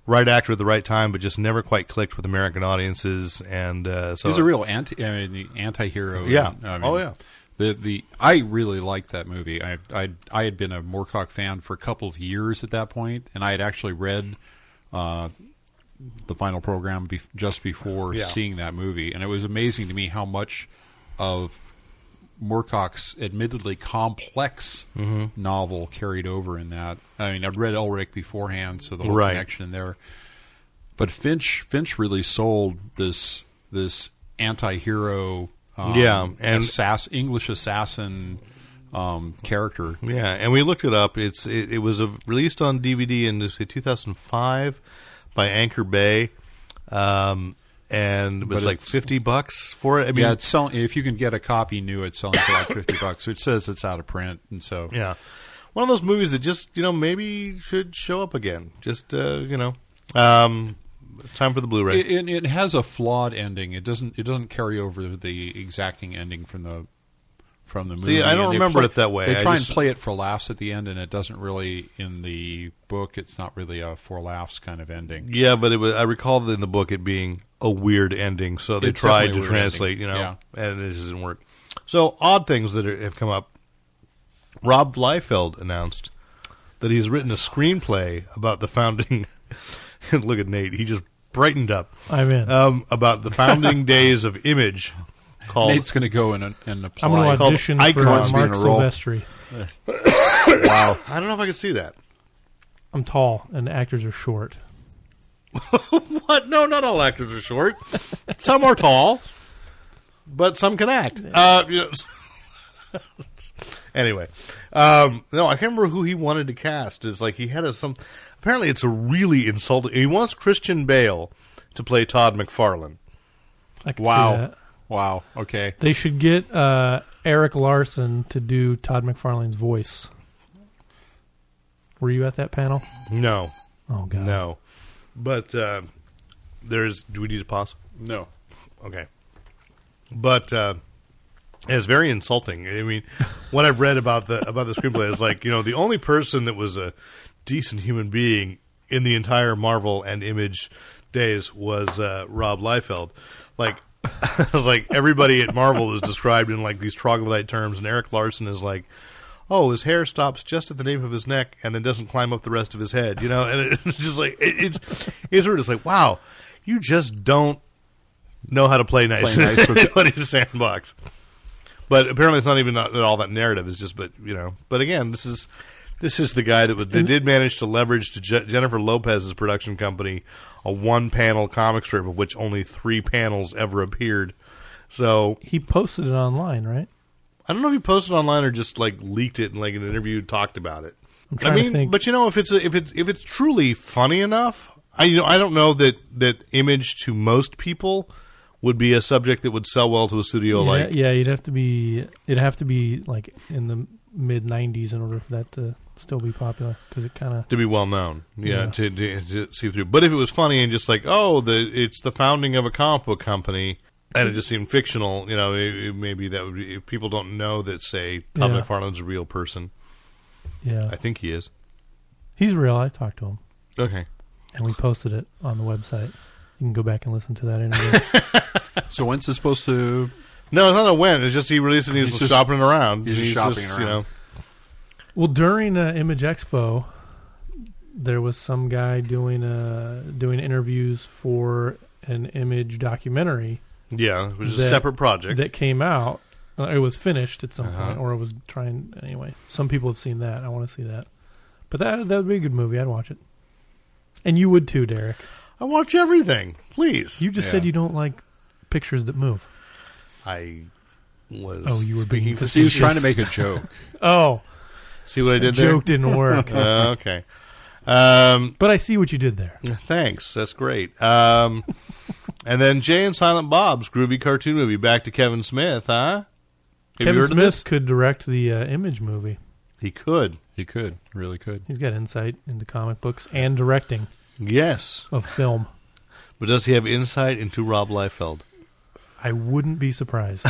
right actor at the right time, but just never quite clicked with American audiences, and uh, so he's a real anti I mean, the anti-hero. Yeah. and, I mean, Oh, yeah. The the I really liked that movie. I I I had been a Moorcock fan for a couple of years at that point, and I had actually read uh, the final program bef just before Yeah. seeing that movie, and it was amazing to me how much of Moorcock's admittedly complex Mm-hmm. novel carried over in that. I mean, I'd read Elric beforehand, so the whole Right. connection there. But Finch Finch really sold this this anti-hero um, Yeah, and- assass- English assassin um, character. Yeah, and we looked it up. It's it, it was a, released on DVD in let's say, 2005 by Anchor Bay, um, and it was But like it's- 50 bucks for it. I mean, Yeah, it's selling. If you can get a copy new, it's selling for like fifty bucks, which says it's out of print, and so Yeah. One of those movies that just, you know, maybe should show up again. Just, uh, you know, um, time for the Blu ray. It, it, it has a flawed ending. It doesn't. It doesn't carry over the exacting ending from the from the movie. I don't And they remember play- it that way. They I try just- and play it for laughs at the end, and it doesn't really. In the book, it's not really a for laughs kind of ending. yeah, but it was, I recall in the book it being a weird ending, so they It's tried definitely to a weird translate, ending. you know, and it just didn't work. So, odd things that are, have come up. Rob Liefeld announced that he's written a screenplay about the founding. look at Nate. He just brightened up. I'm in. Um, about the founding days of Image called Nate's going to go and and I'm going apply. to called audition for uh, Icons Mark in a role. Silvestri. Wow. I don't know if I could see that. I'm tall and actors are short. What? No, not all actors are short. some are tall, but some can act. Uh, yes. anyway, um, no, I can't remember who he wanted to cast. Is like he had a, some. Apparently, it's a really insulting. He wants Christian Bale to play Todd McFarlane. I can see wow, that. wow. Okay, They should get uh, Eric Larson to do Todd McFarlane's voice. Were you at that panel? No, Oh god. no, but uh, there's. Do we need to pause? no. Okay. But uh, it's very insulting. I mean, what I've read about the about the screenplay is like you know the only person that was a decent human being in the entire Marvel and Image days was uh, Rob Liefeld. Like, like everybody at Marvel is described in like these troglodyte terms, and Eric Larson is like. Oh, his hair stops just at the nape of his neck, and then doesn't climb up the rest of his head. You know, and it's just like it, it's it's sort of just like wow, you just don't know how to play nice, Play nice with- in a sandbox. But apparently, it's not even not, all that narrative. It's just, but you know, but again, this is this is the guy that would, they did manage to leverage to Je- Jennifer Lopez's production company a one-panel comic strip of which only three panels ever appeared. So He posted it online, right? I don't know if he posted online or just like leaked it and like in an interview talked about it. I'm I trying to mean, think. but you know, if it's a, if it's if it's truly funny enough, I you know I don't know that that image to most people would be a subject that would sell well to a studio yeah, like yeah, you'd have to be it'd have to be like in the mid 90s in order for that to still be popular cuz it kind of to be well known. Yeah, Yeah. To, to, to see through. But if it was funny and just like, oh, the it's the founding of a comic book company, and it just seemed fictional, you know, it, it- maybe that would be, if people don't know that say Todd Yeah. McFarlane's a real person. yeah. I think he is. He's real. I talked to him Okay. and we posted it on the website. You can go back and listen to that interview. So when's this supposed to? No, it's not a win. It's just he released it. and He's, He's just- shopping around. he's just shopping You know, around. Well, during uh, Image Expo, there was some guy doing uh, doing interviews for an Image documentary yeah, which is a That- separate project. that came out, Uh, it was finished at some point, or it was trying anyway. Some people have seen that. I want to see that, but that that would be a good movie. I'd watch it, and you would too, Derek. I watch everything. Please. You just said Yeah. you don't like pictures that move. I was. Oh, you were being speaking He was facetious. trying to make a joke. Oh, See what I did there? joke didn't work. Uh, okay. Um, but I see what you did there. thanks. That's great. Um, and then Jay and Silent Bob's groovy cartoon movie. Back to Kevin Smith, huh? Have you Kevin heard of Smith this? could direct the uh, Image movie. He could. he could, really could. He's got insight into comic books and directing Yes. of film. But does he have insight into Rob Liefeld? I wouldn't be surprised.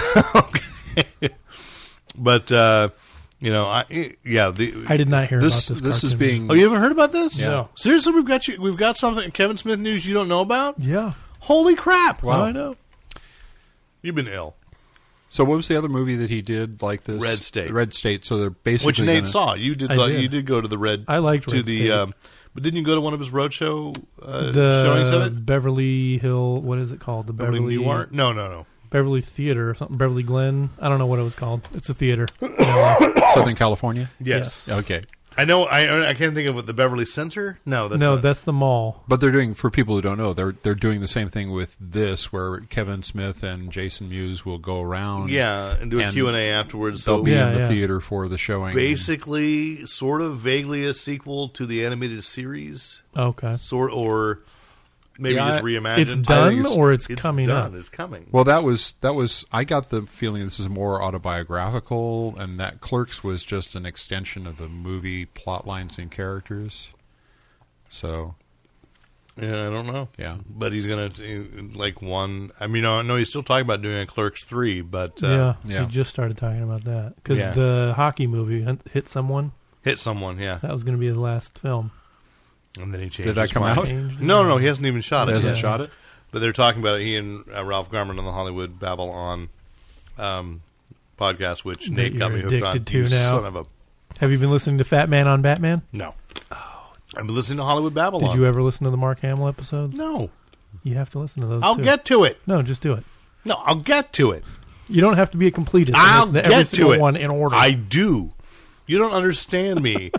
But uh, you know, I yeah. The, I did not hear This about this. this is cartoon being oh, you haven't heard about this? Yeah. No. Seriously, we've got you. We've got something Kevin Smith news you don't know about. movie. Yeah. Holy crap! I know. You've been ill, So what was the other movie that he did like this? Red State. Red State. So they're basically which Nate gonna- saw. You did, I like, did. You did go to the red. I liked to Red the. State. Um, but didn't you go to one of his roadshow uh, showings The of it? Beverly Hill, what is it called? The Beverly Beverly Newark? No, no, no. Beverly Theater or something. Beverly Glen. I don't know what it was called. It's a theater. Southern California. Yes, Okay, I know. I I can't think of what the Beverly Center. No, that's no, not- that's the mall. but they're doing for people who don't know, they're they're doing the same thing with this, where Kevin Smith and Jason Mewes will go around. yeah. And do a And Q and A afterwards. they'll So be Yeah, in the yeah. theater for the showing. basically, sort of vaguely a sequel to the animated series. Okay. sort or maybe Yeah, just reimagined. It's done it's- or it's, coming done. up. It's coming. Well, that was that was. I got the feeling this is more autobiographical, and that Clerks was just an extension of the movie plot lines and characters. So yeah, I don't know. Yeah. but he's gonna uh, like one. I mean, I know he's still talking about doing a Clerks three, but uh, yeah, Yeah. You just started talking about that because Yeah. the hockey movie hit- hit someone. hit someone. Yeah, That was going to be his last film. and then he changed. did that his come mind. out? Changed No, it. no, he hasn't even shot it. Hasn't yet. shot it. But they're talking about it. He and uh, Ralph Garman on the Hollywood Babble on um, podcast, which That Nate got me you're hooked on. addicted to you now. Son of a Have you been listening to Fat Man on Batman? no. I'm listening to Hollywood Babylon. Oh. Did you ever listen to the Mark Hamill episodes? No, You have to listen to those. I'll too. get to it. No, just do it. No, I'll get to it. You don't have to be a completist. and I'll listen to get every to single it. one in order. I do. You don't understand me.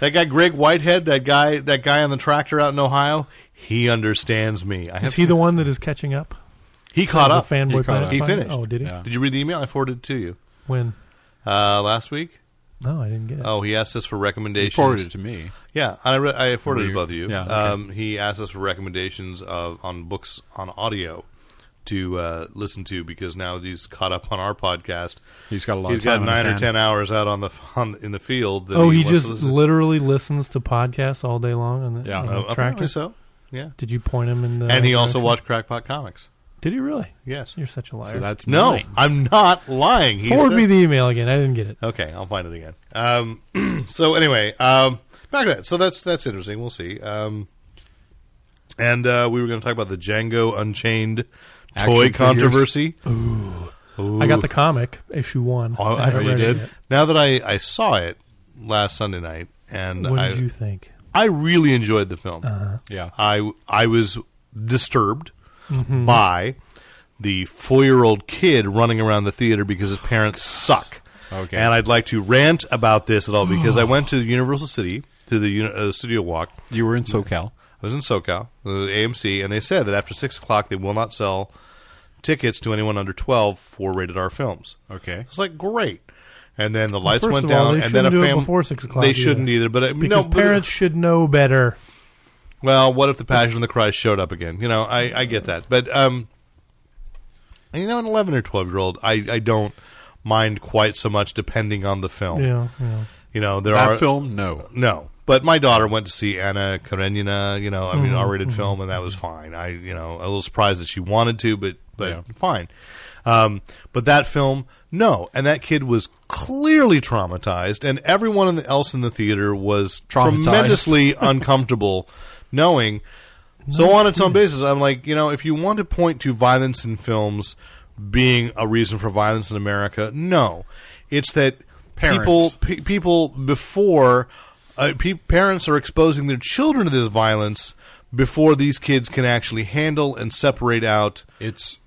that guy Greg Whitehead, that guy, that guy on the tractor out in Ohio, he understands me. I is have, he the one that is catching up? he caught The up. fanboy He caught planet up. He Finder? finished. Oh, did he? Yeah. Did you read the email I forwarded to you When? uh, last week? No, I didn't get it. Oh, he asked us for He recommendations. forwarded it to me. Yeah, I, re- I forwarded it Were to you- both of you. yeah, okay. um, he asked us for recommendations of on books on audio to uh, listen to because now that he's caught up on our podcast, He's got a lot. he's of time got on his nine or hand. ten hours out on the on, in the field. That Oh, he, wants to just listen to. literally listens to podcasts all day long on the, Yeah, on the Uh, tractor. apparently so. Yeah. Did you point him in the? and he also direction? watched Crackpot Comics. Did he really? Yes. You're such a liar. So that's No, nine. I'm not lying. He Forward said- me the email again. I didn't get it. Okay, I'll find it again. Um, so anyway, um, back to that. So that's that's interesting. We'll see. Um, and uh, we were going to talk about the Django Unchained Action toy figures. controversy. I got the comic issue one. Oh, I I- haven't oh, you read it did? yet. Now that I, I saw it last Sunday night, and What I did you Uh-huh. think? I really enjoyed the film. Yeah. I I was disturbed by the four year old kid running around the theater because his parents suck. Okay. And I'd like to rant about this at all because I went to Universal City to the uni- uh, Studio Walk. You were in SoCal. I was in SoCal, uh, the AMC, and they said that after six o'clock they will not sell tickets to anyone under twelve for rated R films. Okay. It's like great. And then the lights first went of all, down, they and then a shouldn't do it family before 6 o'clock They either. shouldn't either, but I- Because no, but- parents should know better. well, what if the Passion of the Christ showed up again? You know, I, I get that, but um, you know, an eleven or twelve year old, I, I don't mind quite so much, depending on the film. Yeah, yeah. You know, there That are film, no. no, but my daughter went to see Anna Karenina. You know, I mean, R rated film, and that was fine. I you know, a little surprised that she wanted to, but but Yeah. fine. Um, but that film, no, and that kid was clearly traumatized, and everyone in the- else in the theater was Traumatized. tremendously uncomfortable, knowing. So on its own basis, I'm like, you know, if you want to point to violence in films being a reason for violence in America, no, it's that Parents. people pe people before uh, pe- parents are exposing their children to this violence before these kids can actually handle and separate out It's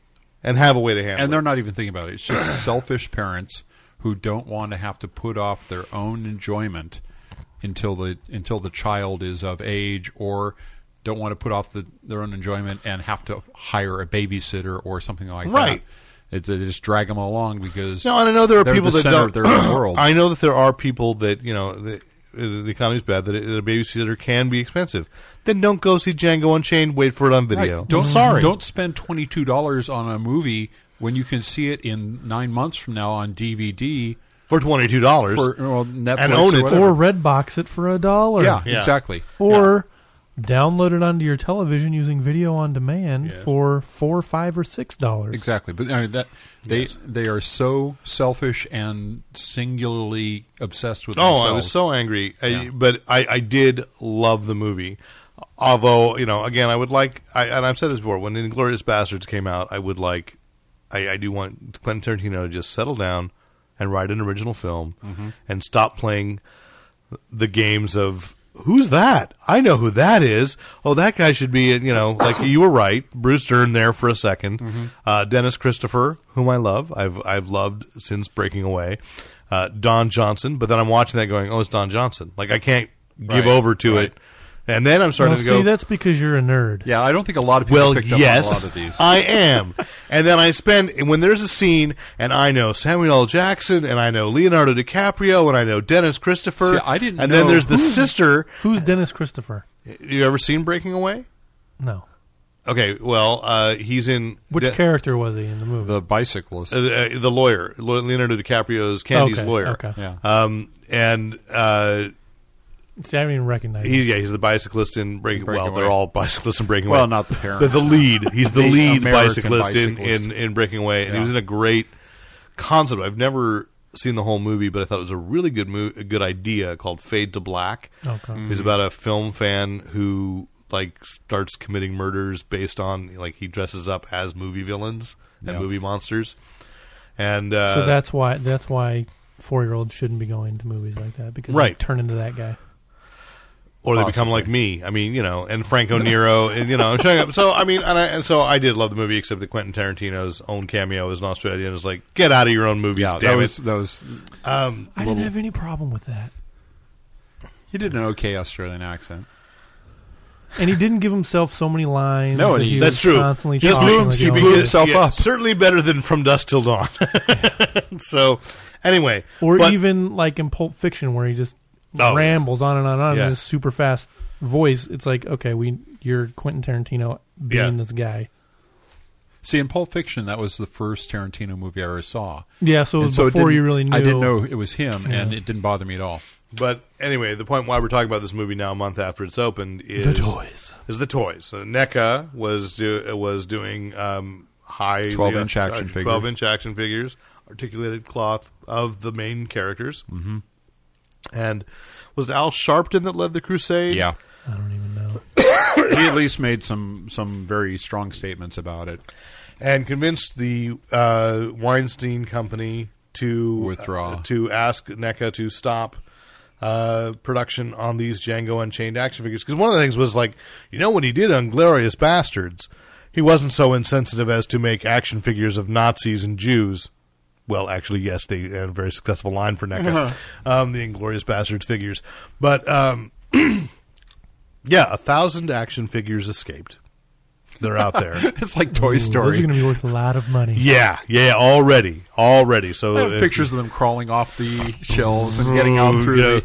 and have a way to handle and it. they're not even thinking about it. It's just selfish parents who don't want to have to put off their own enjoyment until the until the child is of age, or don't want to put off the, their own enjoyment and have to hire a babysitter or something like Right. that. It, they just drag them along because No, and I know there are they're people the that center don't. of their own world. I know that there are people that you know that, uh, the economy's bad. That a babysitter can be expensive. Then don't go see Django Unchained. Wait for it on Right. video. Don't I'm sorry. Don't spend twenty two dollars on a movie when you can see it in nine months from now on DVD for twenty two dollars. for well, own Netflix or it. whatever. Whatever. or red box it for a dollar. yeah, Yeah. exactly. Or download it onto your television using video on demand for four, five, or six dollars. Exactly, but I mean, that they they are so selfish and singularly obsessed with. Oh, themselves. I was so angry. I, Yeah. But I, I did love the movie. Although, you know, again, I would like, I, and I've said this before, when Inglorious Bastards came out, I would like, I, I do want Quentin Tarantino to just settle down and write an original film Mm-hmm. and stop playing the games of who's that? I know who that is. Oh, that guy should be, you know, like you were right, Bruce Dern there for a 2nd Mm-hmm. Uh, Dennis Christopher, whom I love, I've I've loved since Breaking Away. Uh, Don Johnson, but then I'm watching that going, oh, it's Don Johnson. Like I can't give Right, over to right. it, and then I'm starting Well, to see, go. that's because you're a nerd. Yeah, I don't think a lot of people Well, picked yes, Uh, up on a lot of these. I am. and then I spend and when there's a scene, and I know Samuel L. Jackson, and I know Leonardo DiCaprio, and I know Dennis Christopher. See, I didn't And then know- there's the sister. Who's Dennis Christopher? You ever seen Breaking Away? No. Okay, well, uh, he's in Which the, character was he in the movie? the bicyclist. uh, uh, the lawyer, Lo- Leonardo DiCaprio's Candy's Okay, lawyer. okay. yeah, Um, and uh, See, I didn't even recognize him. he, yeah, he's the bicyclist in Breaking. Breaking well, Away. they're all bicyclists in Breaking Well, Away. not the parents. The, the lead. He's the, The lead American bicyclist, bicyclist. In, in in Breaking Away, and he Yeah. was in a great concept. I've never seen the whole movie, but I thought it was a really good mo- a good idea called Fade to Black. Okay. It's Mm-hmm. about a film fan who like starts committing murders based on like he dresses up as movie villains and Yeah. movie monsters. And uh, So that's why that's why four year olds shouldn't be going to movies like that because Right. they turn into that guy. or they become Possibly. like me. I mean, you know, and Franco Nero, and you know, I'm showing up. So I mean, and, I, and so I did love the movie, except that Quentin Tarantino's own cameo as an Australian is like, get out of your own movies, yeah, that damn was it. that was. Um, I didn't have any problem with that, He did an okay Australian accent. and he didn't give himself so many lines. No, that and he- was that's true. Constantly Just talking blew- like he an blew old- himself yeah, up. Certainly better than From Dusk Till Dawn. so anyway, or but- even like in Pulp Fiction where he just Oh, rambles on and on and on Yeah. in his super fast voice. It's like okay, we you're Quentin Tarantino being Yeah. this guy. See, in Pulp Fiction, that was the first Tarantino movie I ever saw. Yeah, so it And was so it before you didn't- really knew. I didn't know it was him, and it didn't bother me at all. But anyway, the point why we're talking about this movie now, a month after it's opened, is the toys. Is the toys. So NECA was do, was doing um, high 12-inch uh, action figures. twelve inch action figures, articulated cloth of the main characters, mm-hmm. and was it Al Sharpton that led the crusade? Yeah, I don't even know. he at least made some some very strong statements about it. and convinced the uh, Weinstein company to Withdraw. uh, to ask NECA to stop uh, production on these Django Unchained action figures because one of the things was like you know when he did Unglorious Bastards he wasn't so insensitive as to make action figures of Nazis and Jews. Well, actually, yes, they had a very successful line for NECA, um, the Inglorious Bastards figures. But um, yeah, a thousand action figures escaped. They're out there. It's like Toy Those are Story. going to be worth a lot of money. Yeah, yeah, already, already. So I have if- pictures of them crawling off the shelves and getting out Ooh, through yeah.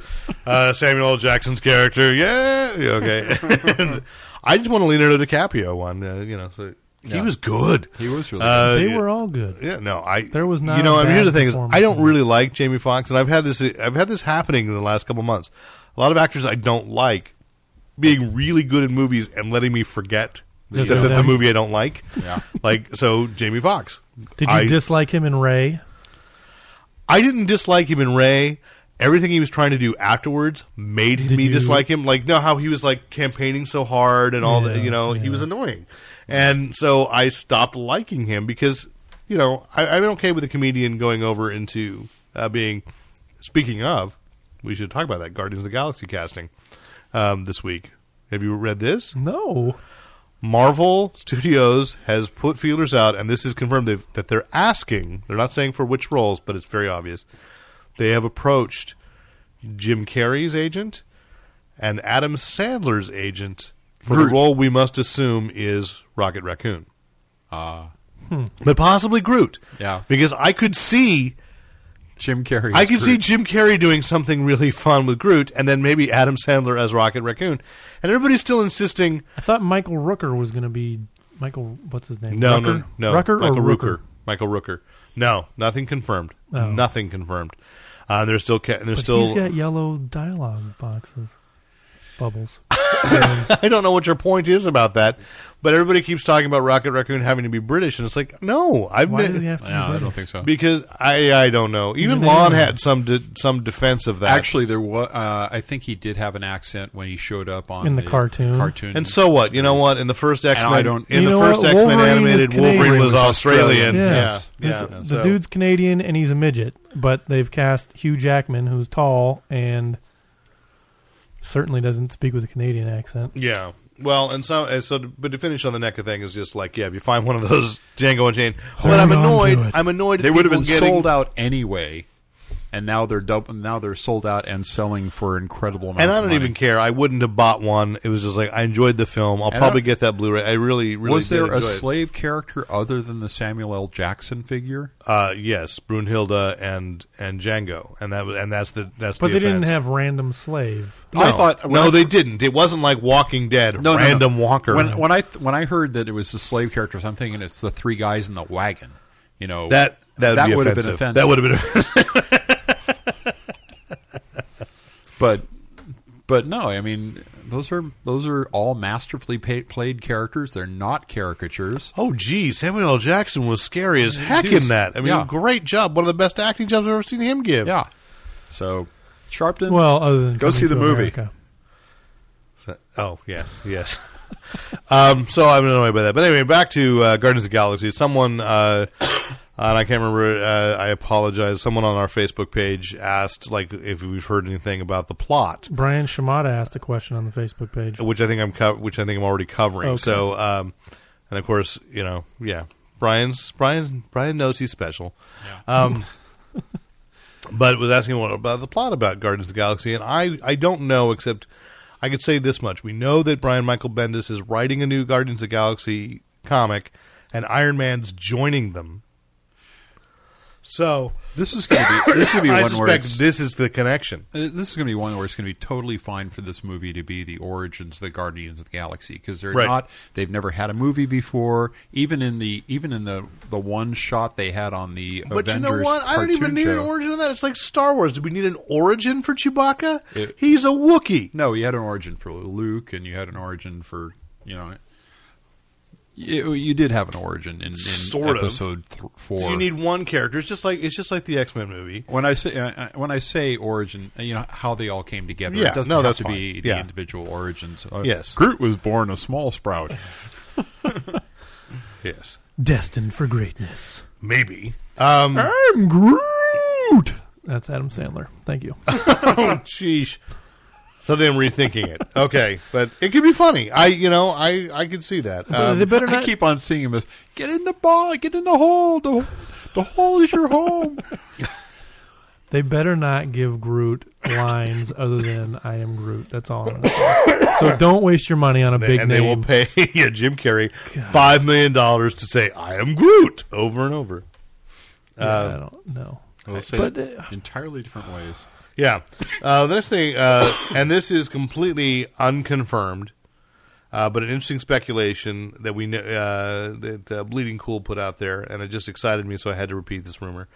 the. uh, Samuel L. Jackson's character. Yeah, yeah, okay. And I just want a Leonardo DiCaprio one. Uh, you know, so he Yeah. was good. He was really Uh, They yeah. were all good. Yeah, no, I There was not You know, a I mean, here's the bad thing is, I performance don't in really like Jamie Foxx, and I've had this, I've had this happening in the last couple months. A lot of actors I don't like being really good in movies and letting me forget That that, that, they're the them. movie I don't like. Yeah. like so, Jamie Foxx. Did you I- dislike him in Ray? I didn't dislike him in Ray. Everything he was trying to do afterwards made Did me you- dislike him. Like, no, how he was like campaigning so hard and all that. Yeah, You know, he yeah. was annoying, and so I stopped liking him because you know I, I'm okay with a comedian going over into uh, being. Speaking of, we should talk about that Guardians of the Galaxy casting um, this week. Have you read this? No. Marvel Studios has put feelers out, and this is confirmed they've, that they're asking. They're not saying for which roles, but it's very obvious. They have approached Jim Carrey's agent and Adam Sandler's agent for the Groot. role we must assume is Rocket Raccoon. Ah. But possibly Groot. Yeah. Because I could see Jim Carrey. I could see Jim Carrey doing something really fun with Groot, and then maybe Adam Sandler as Rocket Raccoon. And everybody's still insisting I thought Michael Rooker was going to be Michael. What's his name? no, Rucker? no, no, Rucker Michael or Rooker? Michael Rooker. No, nothing confirmed. Oh. Nothing confirmed. Uh, they're still ca- they're But still. he's got yellow dialogue boxes, bubbles. I don't know what your point is about that, but everybody keeps talking about Rocket Raccoon having to be British, and it's like no, I've Why been- does he have to? No, be I don't British? think so. because I I don't know. Even an alien. Lon had some de- some defense of that. Actually, there was. Uh, I think he did have an accent when he showed up on In the cartoon. Cartoon, And so what? You know what? In the first X I Men, don't- in You the know first what? X Men Wolverine was animated, Canadian. Wolverine was Was Australian. Australian. Yes. Yeah, yeah. It's- The So- dude's Canadian and he's a midget, but they've cast Hugh Jackman, who's tall and certainly doesn't speak with a Canadian accent. Yeah. Well, and so, and so, but to finish on the NECA thing is just like, yeah, if you find one of those Django and Jane, but I'm Hold on to annoyed. it. I'm annoyed. at they would have people been getting- sold out anyway, and now they're double, now they're sold out and selling for incredible amounts. And I of don't money. even care. I wouldn't have bought one. It was just like I enjoyed the film. I'll I probably don't- get that Blu-ray. I really, really was did there a enjoy it. slave character other than the Samuel L. Jackson figure? Uh, yes, Brunhilde and and Django, and that was and that's the that's. But the they didn't offense. have random slave. No, I thought no, when I- they didn't. It wasn't like Walking Dead, No, no, no. random walker. When, when I th- when I heard that it was the slave characters, I'm thinking it's the three guys in the wagon. You know that that would, be would have been offensive. offensive. That would have been offensive. but but no, I mean those are those are all masterfully pa played characters. They're not caricatures. Oh, geez, Samuel L. Jackson was scary as heck He was- in that. I mean, yeah. great job. One of the best acting jobs I've ever seen him give. Yeah. So Sharpton. Well, other than Go Coming see the to movie. America. Oh yes, yes. um, so I'm annoyed by that. But anyway, back to uh, Guardians of the Galaxy. Someone, uh, and I can't remember. Uh, I apologize. Someone on our Facebook page asked, like, if we've heard anything about the plot, Brian Shimada asked a question on the Facebook page. which I think I'm co- which I think I'm already covering. Okay. So, um, and of course, you know, yeah, Brian's Brian Brian knows he's special. Um, but was asking what about the plot about Guardians of the Galaxy, and I I don't know except I could say this much: we know that Brian Michael Bendis is writing a new Guardians of the Galaxy comic, and Iron Man's joining them. So this is going to be this is going to be I one where suspect it's, this is the connection. Uh, This is going to be one where it's going to be totally fine for this movie to be the origins of the Guardians of the Galaxy because they're Right. not. They've never had a movie before. Even in the even in the the one shot they had on the But Avengers you know what? I don't even cartoon need an show- origin of that. It's like Star Wars. Do we need an origin for Chewbacca? It- He's a Wookiee. No, you had an origin for Luke, and you had an origin for you know. You, you did have an origin in, in Sort of. episode th- four. So you need one character. It's just like it's just like the X Men movie. when I say uh, uh, when I say origin, uh, you know how they all came together. Yeah, it doesn't no, have that's to be fine. the Yeah. individual origins. Uh, Yes. Groot was born a small sprout. Yes, Destined for greatness. maybe. Um, Ah, I'm Groot. That's Adam Sandler. Thank you. sheesh. Something I'm rethinking it. Okay, but it could be funny. I, you know, I, I could see that. Um, they better not. I keep on seeing him as get in the ball, get in the hole. The, the hole is your home. They better not give Groot lines other than "I am Groot." That's all. I'm gonna say. So don't waste your money on a big and they will name. pay yeah, Jim Carrey five million dollars to say "I am Groot" over and over. Yeah, uh, I don't know. We'll see. But uh, Entirely different ways. Yeah. Uh, the next thing, uh, and this is completely unconfirmed, uh, but an interesting speculation that we kn- uh, that uh, Bleeding Cool put out there, and it just excited me, so I had to repeat this rumor.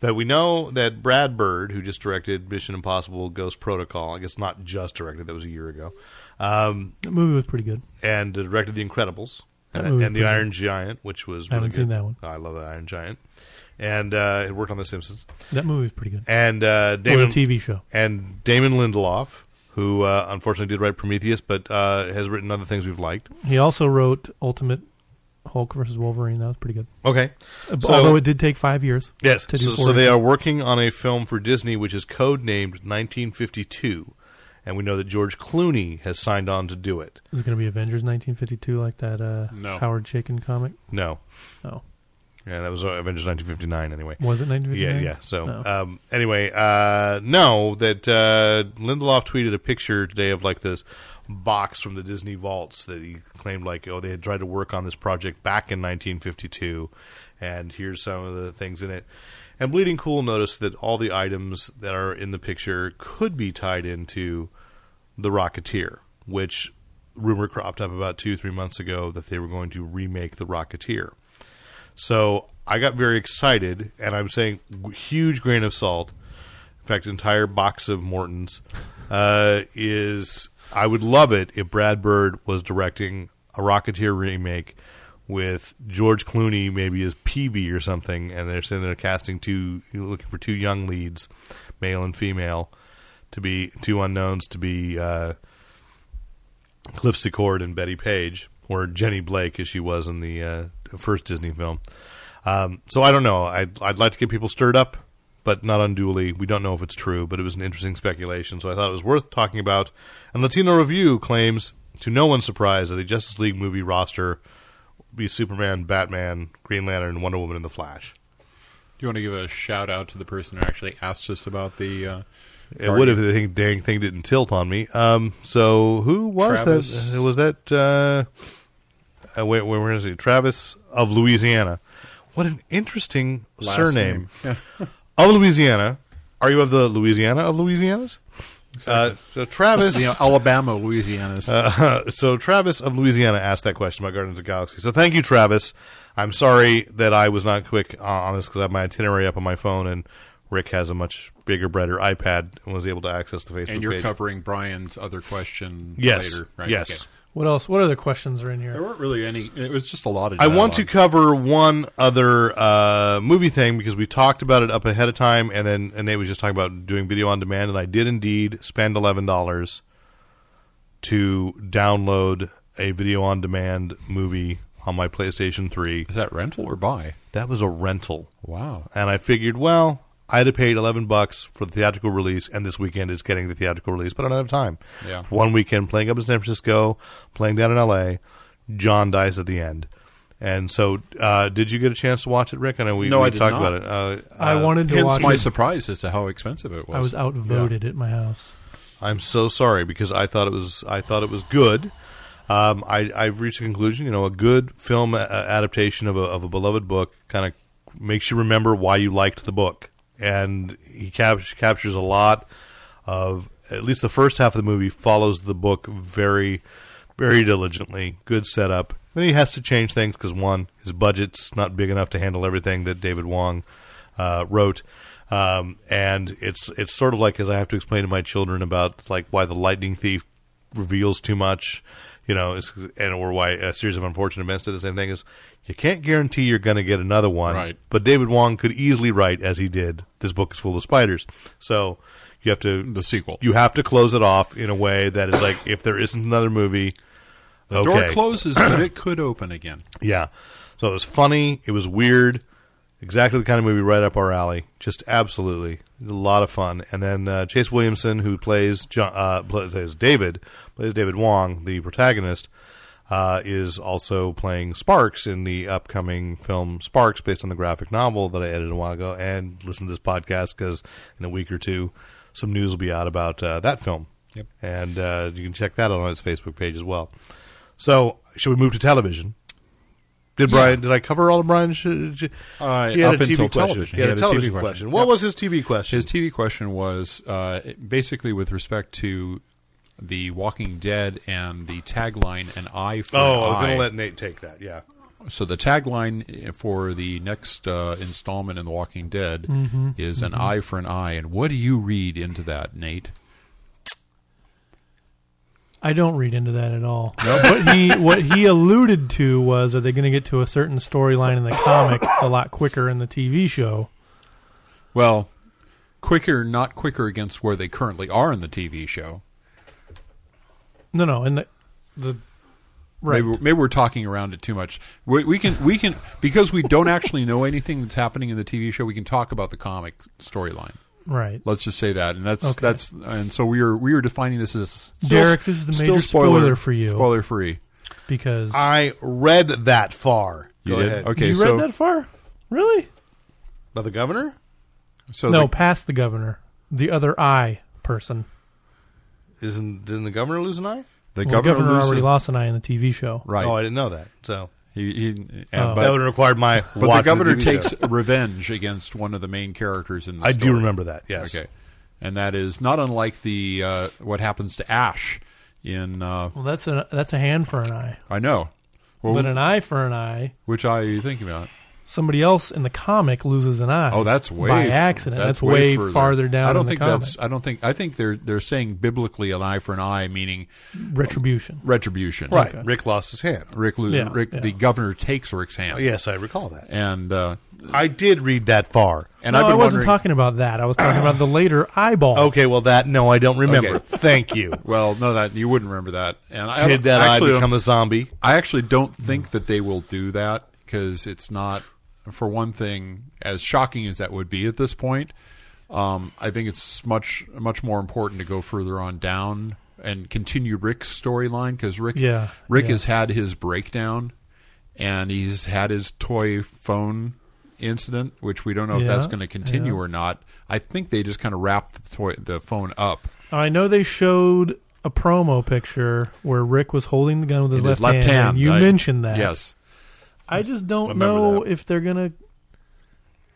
That we know that Brad Bird, who just directed Mission Impossible: Ghost Protocol, I guess not just directed, that was a year ago, um, the movie was pretty good. and uh, directed The Incredibles That and, movie and The was pretty Iron Giant, which was I really haven't seen good. that one. I love The Iron Giant, and uh, it worked on The Simpsons That movie was pretty good. and uh, Or Damon the TV show. and Damon Lindelof, who uh, unfortunately did write Prometheus, but uh, has written other things we've liked. He also wrote Ultimate Hulk versus Wolverine. That was pretty good. Uh, Okay, So- Although it did take five years. yes. To do So, four so they years. are working on a film for Disney, which is codenamed 1952, and we know that George Clooney has signed on to do it. Is it going to be Avengers 1952 like that uh, No. Howard Chaykin comic? No, Oh, yeah, that was uh, Avengers 1959 anyway. was it 1959? Yeah, yeah. So, Oh. um, anyway, uh, no, that uh, Lindelof tweeted a picture today of like this box from the Disney vaults that he claimed like, oh, they had tried to work on this project back in 1952, and here's some of the things in it. And Bleeding Cool noticed that all the items that are in the picture could be tied into the Rocketeer, which rumor cropped up about two, three months ago that they were going to remake the Rocketeer. So I got very excited, and I'm saying g- huge grain of salt. In fact, entire box of Mortons uh, is. I would love it if Brad Bird was directing a Rocketeer remake with George Clooney maybe as PB or something, and they're sitting there casting two, looking for two young leads, male and female, to be two unknowns to be uh, Cliff Secord and Betty Page, or Jenny Blake as she was in the uh, first Disney film. Um, so I don't know. I'd, I'd like to get people stirred up, but not unduly. We don't know if it's true, but it was an interesting speculation, so I thought it was worth talking about. And Latino Review claims, to no one's surprise, that the Justice League movie roster will be Superman, Batman, Green Lantern, Wonder Woman, and The Flash. Do you want to give a shout out to the person who actually asked us about the? Uh, It would have the thing, dang thing didn't tilt on me. Um, so who was Travis. that? Was that uh, uh, where, where where is he? Travis of Louisiana. What an interesting Last surname of Louisiana. Are you of the Louisiana of Louisianas? Uh, so Travis, You know, Alabama, Louisiana. is- uh, so Travis of Louisiana asked that question about Guardians of the Galaxy. So thank you, Travis. I'm sorry that I was not quick uh, on this because I have my itinerary up on my phone, and Rick has a much bigger, brighter iPad and was able to access the Facebook and you're page. covering Brian's other question Yes. later, right? Yes. Okay. What else? What other questions are in There here? weren't really any. It was just a lot of. I want to dialogue. cover one other uh, movie thing because we talked about it up ahead of time, and then and Nate was just talking about doing video on demand, and I did indeed spend eleven dollars to download a video on demand movie on my PlayStation Three. Is that rental or buy? That was a rental, Wow. and I figured, well, I'd have paid eleven bucks for the theatrical release, and this weekend it's getting the theatrical release, but I don't have time. Yeah. One weekend playing up in San Francisco, playing down in L.A. John dies at the end, and so uh, did you get a chance to watch it, Rick? I know we, No, we I did talked not. about it. Uh, I uh, wanted to Hence watch. my it. surprise as to how expensive it was. I was outvoted at my house. I'm so sorry because I thought it was I thought it was good. Um, I, I've reached a conclusion. You know, a good film uh, adaptation of a, of a beloved book kind of makes you remember why you liked the book, and he cap- captures a lot of at least the first half of the movie follows the book very, very diligently. Good setup. Then he has to change things because one, his budget's not big enough to handle everything that David Wong uh, wrote. Um, and it's it's sort of like as I have to explain to my children about like why the lightning thief reveals too much, you know, it's, and or why a series of unfortunate events did the same thing is you can't guarantee you're going to get another one. Right. But David Wong could easily write as he did. This book is full of spiders, so you have to The sequel. You have to close it off in a way that is like if there isn't another movie, The door closes, but it could open again. yeah. So it was funny. It was weird. Exactly the kind of movie right up our alley. Just absolutely a lot of fun. And then uh, Chase Williamson, who plays John, uh, plays David, plays David Wong, the protagonist, uh, is also playing Sparks in the upcoming film Sparks, based on the graphic novel that I edited a while ago. And listen to this podcast because in a week or two, some news will be out about uh, that film. Yep. And uh, you can check that out on its Facebook page as well. So, should we move to television? Did Brian? Did I cover all of Brian's? Sh- sh- Uh, he had up a TV until question. television. He had, a television question. What Yep. was his TV question? His TV question was uh, basically with respect to the Walking Dead and the tagline "An Eye for oh, an I'm Eye." gonna let Nate take that. Yeah. so the tagline for the next uh, installment in The Walking Dead is "An Eye for an Eye." And what do you read into that, Nate? I don't read into that at all. What he what he alluded to was: Are they going to get to a certain storyline in the comic a lot quicker in the TV show? Well, quicker, not quicker against where they currently are in the TV show. No, no, and the the right. Maybe, we're- maybe we're talking around it too much. We, we can we can because we don't actually know anything that's happening in the TV show. We can talk about the comic storyline. Right. Let's just say that, and that's Okay. that's and so we are we are defining this as still, Derek, this is the still major spoiler for you. spoiler free. Because I read that far. You Go did? ahead. Okay, you so read that far? Really? By the governor? so no, the- past the governor, the other eye person. Isn't didn't the governor lose an eye? the, Well, governor, loses- already lost an eye in the TV show. Right. Oh, I didn't know that. So He, he, and, Oh. but, that would have required my. but the watch of governor TV show. takes revenge against one of the main characters in the I story. do remember that. Yes. Okay, and that is not unlike the uh, what happens to Ash in uh, Well, that's a that's a hand for an eye, I know, well, but an eye for an eye. which eye are you thinking about? Somebody else in the comic loses an eye. Oh, that's way by accident. That's, way, further. farther down. I don't in the think comic. that's. I don't think. I think they're they're saying biblically an eye for an eye, meaning retribution. retribution. Right. Rick lost his hand. Rick. Lu- Yeah, Rick. yeah. The governor takes Rick's hand. Yes, I recall that. And uh, I did read that far. and No, I've been I wasn't wondering- talking about that. I was talking about the later eyeball. Okay, well that no, I don't remember. Okay. Thank you. Well, no, that you wouldn't remember that. And I Did don't- that actually eye don't- become a zombie? I actually don't Hmm. think that they will do that because it's not, for one thing, as shocking as that would be at this point. Um, I think it's much much more important to go further on down and continue Rick's storyline because Rick Yeah, Rick yeah. has had his breakdown and he's had his toy phone incident, which we don't know if Yeah, that's going to continue yeah. or not. I think they just kind of wrapped the toy the phone up. I know they showed a promo picture where Rick was holding the gun with his, in left, his left hand. and you I- mentioned that. Yes. I just don't Remember know that. if they're gonna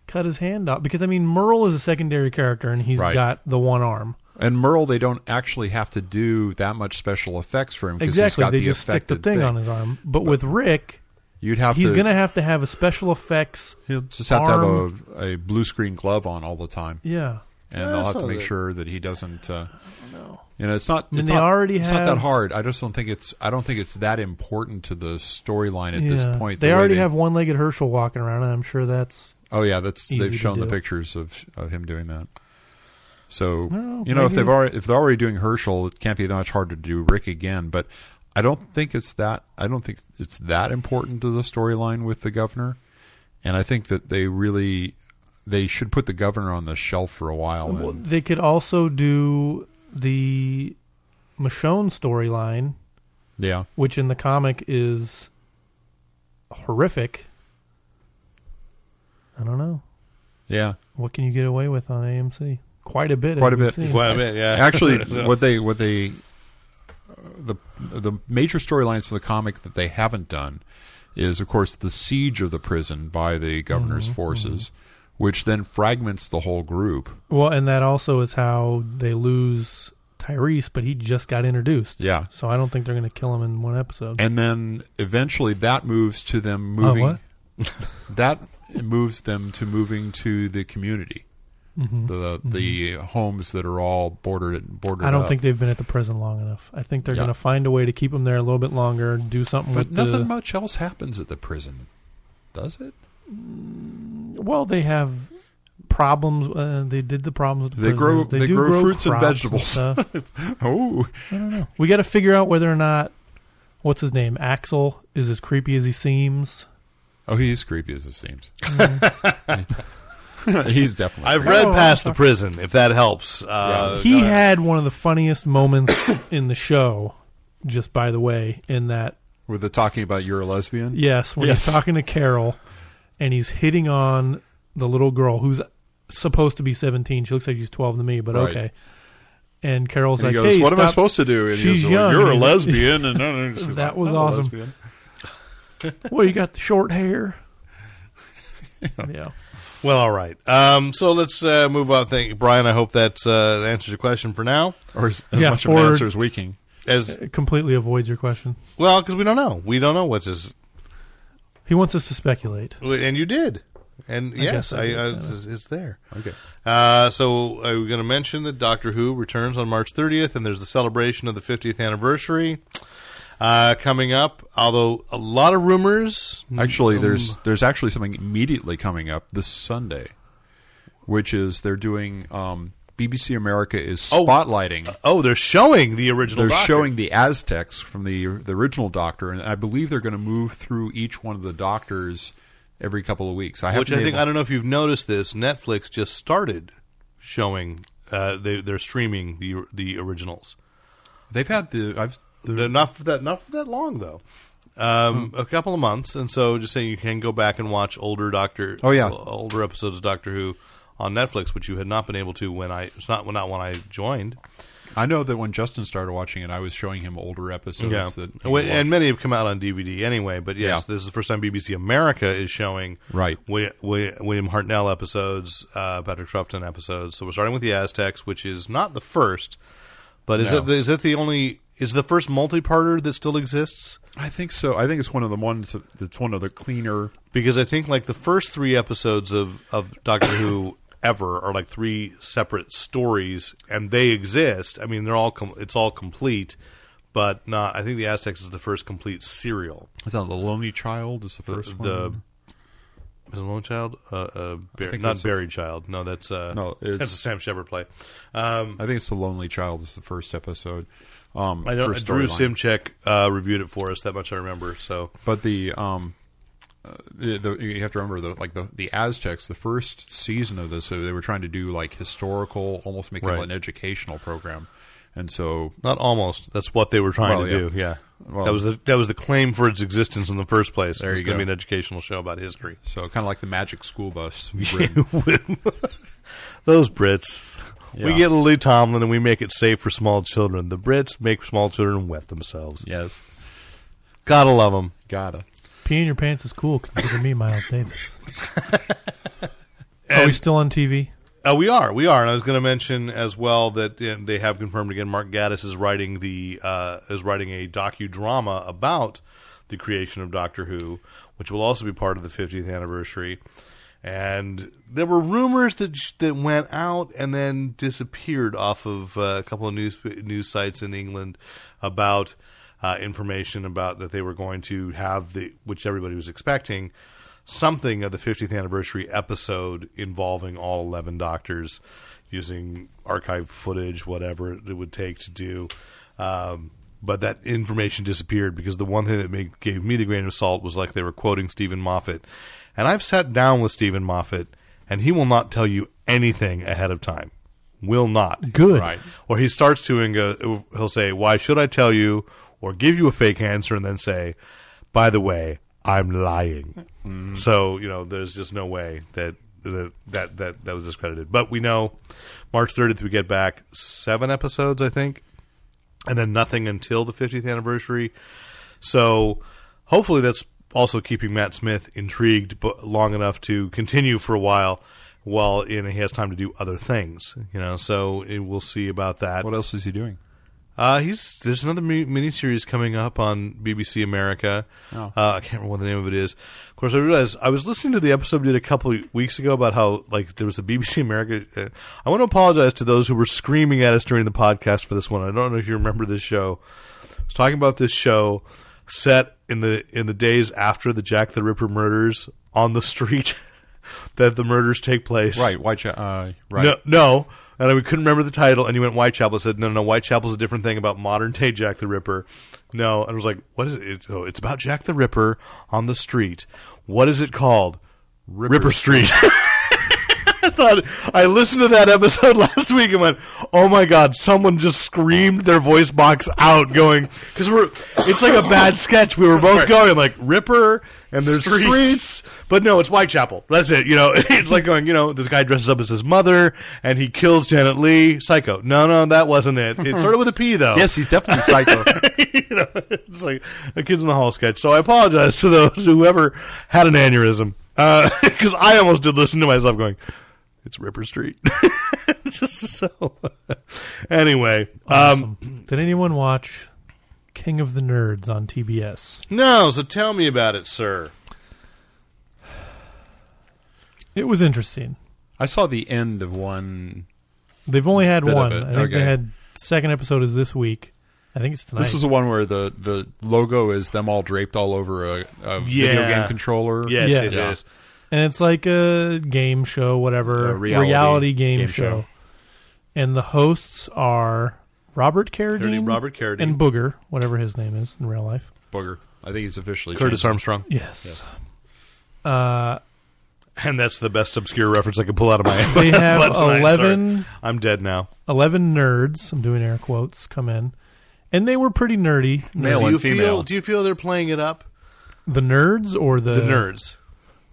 cut his hand off because I mean Merle is a secondary character and he's Right. got the one arm. And Merle, they don't actually have to do that much special effects for him because he's Exactly, got they the just stick the affected thing, on his arm. But, with Rick, You'd have he's to. gonna have to have a special effects. he'll just have arm- to have a, a blue screen glove on all the time, Yeah, and they'll have to so make that- sure that he doesn't. Uh, you know, it's not. mean, It's, they not, already it's not that have- hard. I just don't think it's. I don't think it's that important to the storyline at yeah. this point. they the way already have one-legged Herschel walking around, and I'm sure that's Oh yeah, that's easy they've to shown the do. pictures of, of him doing that. So Well, you know if maybe- they've already if they're already doing Herschel, it can't be that much harder to do Rick again. But I don't think it's that I don't think it's that important to the storyline with the governor. And I think that they really they should put the governor on the shelf for a while. Well, And, they could also do the Michonne storyline, yeah, which in the comic is horrific. I don't know. yeah. What can you get away with on AMC? Quite a bit. Quite a as we've bit. seen. Well, I mean, yeah. Actually, what they what they the the major storylines for the comic that they haven't done is, of course, the siege of the prison by the governor's Mm-hmm, forces, which then fragments the whole group. Well, and that also is how they lose Tyrese, but he just got introduced. Yeah. So I don't think they're going to kill him in one episode. and then eventually that moves to them moving Uh, what? that moves them to moving to the community Mm-hmm, the the homes that are all bordered bordered I don't up. think they've been at the prison long enough. I think they're Yeah. going to find a way to keep him there a little bit longer, do something but with nothing the much else happens at the prison does it Well, they have problems. Uh, they did the problems with the They grow- prisoners. They, they do grow fruits and crops vegetables. stuff. oh we got to figure out whether or not what's his name Axel is as creepy as he seems. oh he's creepy as it seems he's definitely I've creepy. read Oh, I'm past the sorry. prison, if that helps. Uh, he uh, had one of the funniest moments in the show. Just by the way, in that with the talking about you're a lesbian yes, when Yes. he's talking to Carol, and he's hitting on the little girl who's supposed to be seventeen. She looks like she's twelve to me, but Right. okay. And Carol's And he like, goes, "Hey, "What am I stop- supposed to do?" And he She's goes, young, You're a and he's like- lesbian, and and she's That like, was "I'm a awesome. lesbian." Well, you got the short hair. yeah. Well, all right. Um, so let's uh, move on. Thank Brian. I hope that uh, answers your question for now. or as, as Yeah, much of an or- answer as we can. As It completely avoids your question. well, because we don't know. We don't know what's his. He wants us to speculate. And you did. And yes, guess I I, did, I, yeah. it's, it's there. Okay. Uh, so I was going to mention that Doctor Who returns on March 30th, and there's the celebration of the 50th anniversary uh, coming up. Although a lot of rumors, Actually, there's there's actually something immediately coming up this Sunday, which is they're doing um, BBC America is spotlighting. oh, they're showing the original. they're Doctor. showing the Aztecs from the the original Doctor, and I believe they're going to move through each one of the Doctors every couple of weeks. I which haven't I been think able- I don't know if you've noticed this. Netflix just started showing. Uh, they they're streaming the the originals. They've had the Hmm. I've They're not for that not for that long though. Um, A couple of months, and so just saying you can go back and watch older Doctor. Oh, yeah. older episodes of Doctor Who on Netflix, which you had not been able to when I it's not not when I joined. I know that when Justin started watching it, I was showing him older episodes Yeah, that he Well, and watched. many have come out on DVD anyway. But yes, Yeah. this is the first time BBC America is showing Right. William, William Hartnell episodes, uh, Patrick Troughton episodes. So we're starting with the Aztecs, which is not the first, but is No. it is it the only is the first multi-parter that still exists? I think so. I think it's one of the ones that- that's one of the cleaner. Because I think like the first three episodes of of Doctor Who ever are like three separate stories, and they exist. I mean, they're all com- it's all complete. But not. I think the Aztecs is the first complete serial. Is that the Lonely Child? Is the first the one? is it Lone Child? Uh, uh, Bar- think not it's a- Buried Child. No, that's uh, No, it's- that's a Sam Shepard play. Um, I think it's the Lonely Child. Is the first episode. Um, I know first Drew storyline. Simchek uh, reviewed it for us. That much I remember. So But the um, uh, the, the you have to remember the like the the Aztecs. The first season of this, so they were trying to do like historical, almost make Right. it an educational program, and so not almost. That's what they were trying Well, to yeah. do. Yeah, Well- that was the that was the claim for its existence in the first place. There it was you gonna go. Be an educational show about history. so kind of like the Magic School Bus. Those Brits. We Yeah. get Lily Tomlin and we make it safe for small children. The Brits make small children wet themselves. yes, Gotta love them. gotta. Pee in your pants is cool. Consider me Miles Davis. Are we still on TV? Uh, we are, we are, and I was going to mention as well that uh, they have confirmed again. Mark Gaddis is writing the uh, is writing a docudrama about the creation of Doctor Who, which will also be part of the 50th anniversary. And there were rumors that sh- that went out and then disappeared off of uh, a couple of news news sites in England about uh, information about that they were going to have the which everybody was expecting something of the 50th anniversary episode involving all 11 doctors using archive footage, whatever it would take to do. Um, but that information disappeared because the one thing that made, gave me the grain of salt was like they were quoting Stephen Moffat. And I've sat down with Stephen Moffat, and he will not tell you anything ahead of time. Will not. Good. Right. Or he starts to and go, he'll say, Why should I tell you? Or give you a fake answer and then say, By the way, I'm lying. So, you know, there's just no way that. That, that that that was discredited, but we know March 30th we get back seven episodes, I think, and then nothing until the 50th anniversary. So hopefully that's also keeping Matt Smith intrigued but long enough to continue for a while while in, he has time to do other things, you know. So eh, we'll see about that. What else is he doing? Uh, he's there's another mi- miniseries coming up on BBC America. Oh. Uh, I can't remember what the name of it is. Of course, I realized I was listening to the episode we did a couple of weeks ago about how like there was a BBC America. Uh, I want to apologize to those who were screaming at us during the podcast for this one. I don't know if you remember this show. I was talking about this show set in the in the days after the Jack the Ripper murders on the street that the murders take place. Right, White Cha- uh, right. No, no. And I couldn't remember the title. And you went Whitechapel. I said, no, no, Whitechapel's a different thing about modern day Jack the Ripper. No. And I was like, what is it? It's, oh, it's about Jack the Ripper on the street. What is it called? Ripper, Street. I thought I listened to that episode last week and went, "Oh my god!" Someone just screamed their voice box out, going because we're it's like a bad sketch. We were both going like Ripper and there's Streets. streets, but no, it's Whitechapel. That's it. You know, it's like going, you know, this guy dresses up as his mother and he kills Janet Lee. Psycho. No, no, that wasn't it. It started with a P though. Yes, he's definitely psycho. you know, it's like a kids in the hall sketch. So I apologize to those whoever had an aneurysm because I almost did listen to myself going, "It's Ripper Street." Just so. anyway, um, Did anyone watch King of the Nerds on TBS? no. So tell me about it, sir. It was interesting. I saw the end of one. They've only had Bit of one. it, I think they okay. had second episode is this week. I think it's tonight. This is the one where the, the logo is them all draped all over a, a video Yeah. game controller. Yes, Yes. it is. and it's like a game show, whatever A reality game, game show. show. And the hosts are Robert Carradine, Carradine, Robert Carradine. and Booger, whatever his name is in real life. Booger. I think he's officially Curtis changed. Armstrong. Yes. Uh, And that's the best obscure reference I can pull out of my. They have butt tonight, 11 sorry. I'm dead now. 11 nerds, I'm doing air quotes, come in. And they were pretty nerdy. Male do you and female. feel? Do you feel they're playing it up? The nerds or the, The nerds.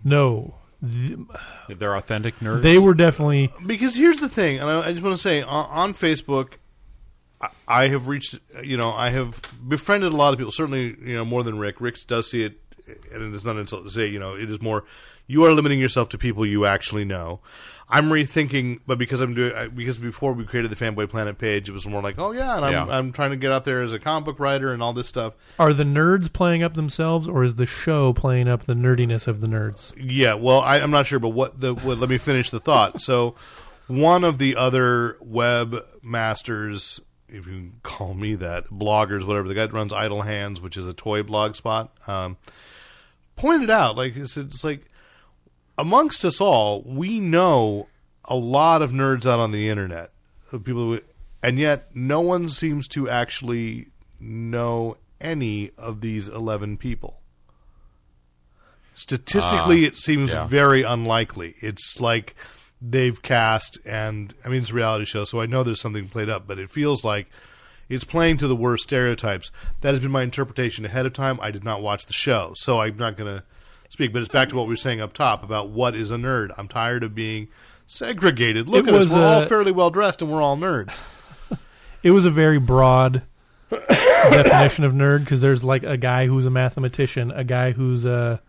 No. They're authentic nerds. They were definitely because here's the thing, and I, I just want to say on, on Facebook, I, I have reached, you know, I have befriended a lot of people. Certainly, you know, more than Rick. Rick does see it, and it's not an insult to say, you know, it is more. You are limiting yourself to people you actually know. I'm rethinking, but because I'm doing, I- because before we created the Fanboy Planet page, it was more like, oh yeah, and I'm, Yeah. I'm trying to get out there as a comic book writer and all this stuff. are the nerds playing up themselves or is the show playing up the nerdiness of the nerds? Yeah, well, I, I'm not sure, but what the what, let me finish the thought. So, one of the other web masters, if you can call me that, bloggers, whatever, the guy that runs Idle Hands, which is a toy blog spot, um, pointed out like it's, it's like amongst us all, we know a lot of nerds out on the internet, of people, who, and yet no one seems to actually know any of these eleven people. Statistically, it seems yeah. very unlikely. It's like they've cast, and I mean it's a reality show, so I know there's something played up, but it feels like. It's playing to the worst stereotypes. That has been my interpretation ahead of time. I did not watch the show, so I'm not going to speak, but it's back to what we were saying up top about what is a nerd. I'm tired of being segregated. Look It at us. was uh, We're all a- fairly well dressed and we're all nerds. It was a very broad definition of nerd because there's like a guy who's a mathematician, a guy who's a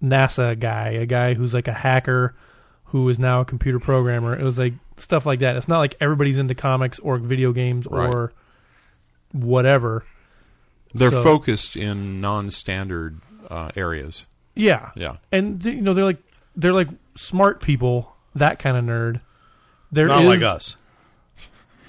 NASA guy, a guy who's like a hacker who is now a computer programmer. It was like stuff like that. It's not like everybody's into comics or video games Right. or whatever. They're So- focused in non-standard uh, areas. Yeah. Yeah. And th- you know they're like they're like smart people, that kind of nerd. There Not is- like us.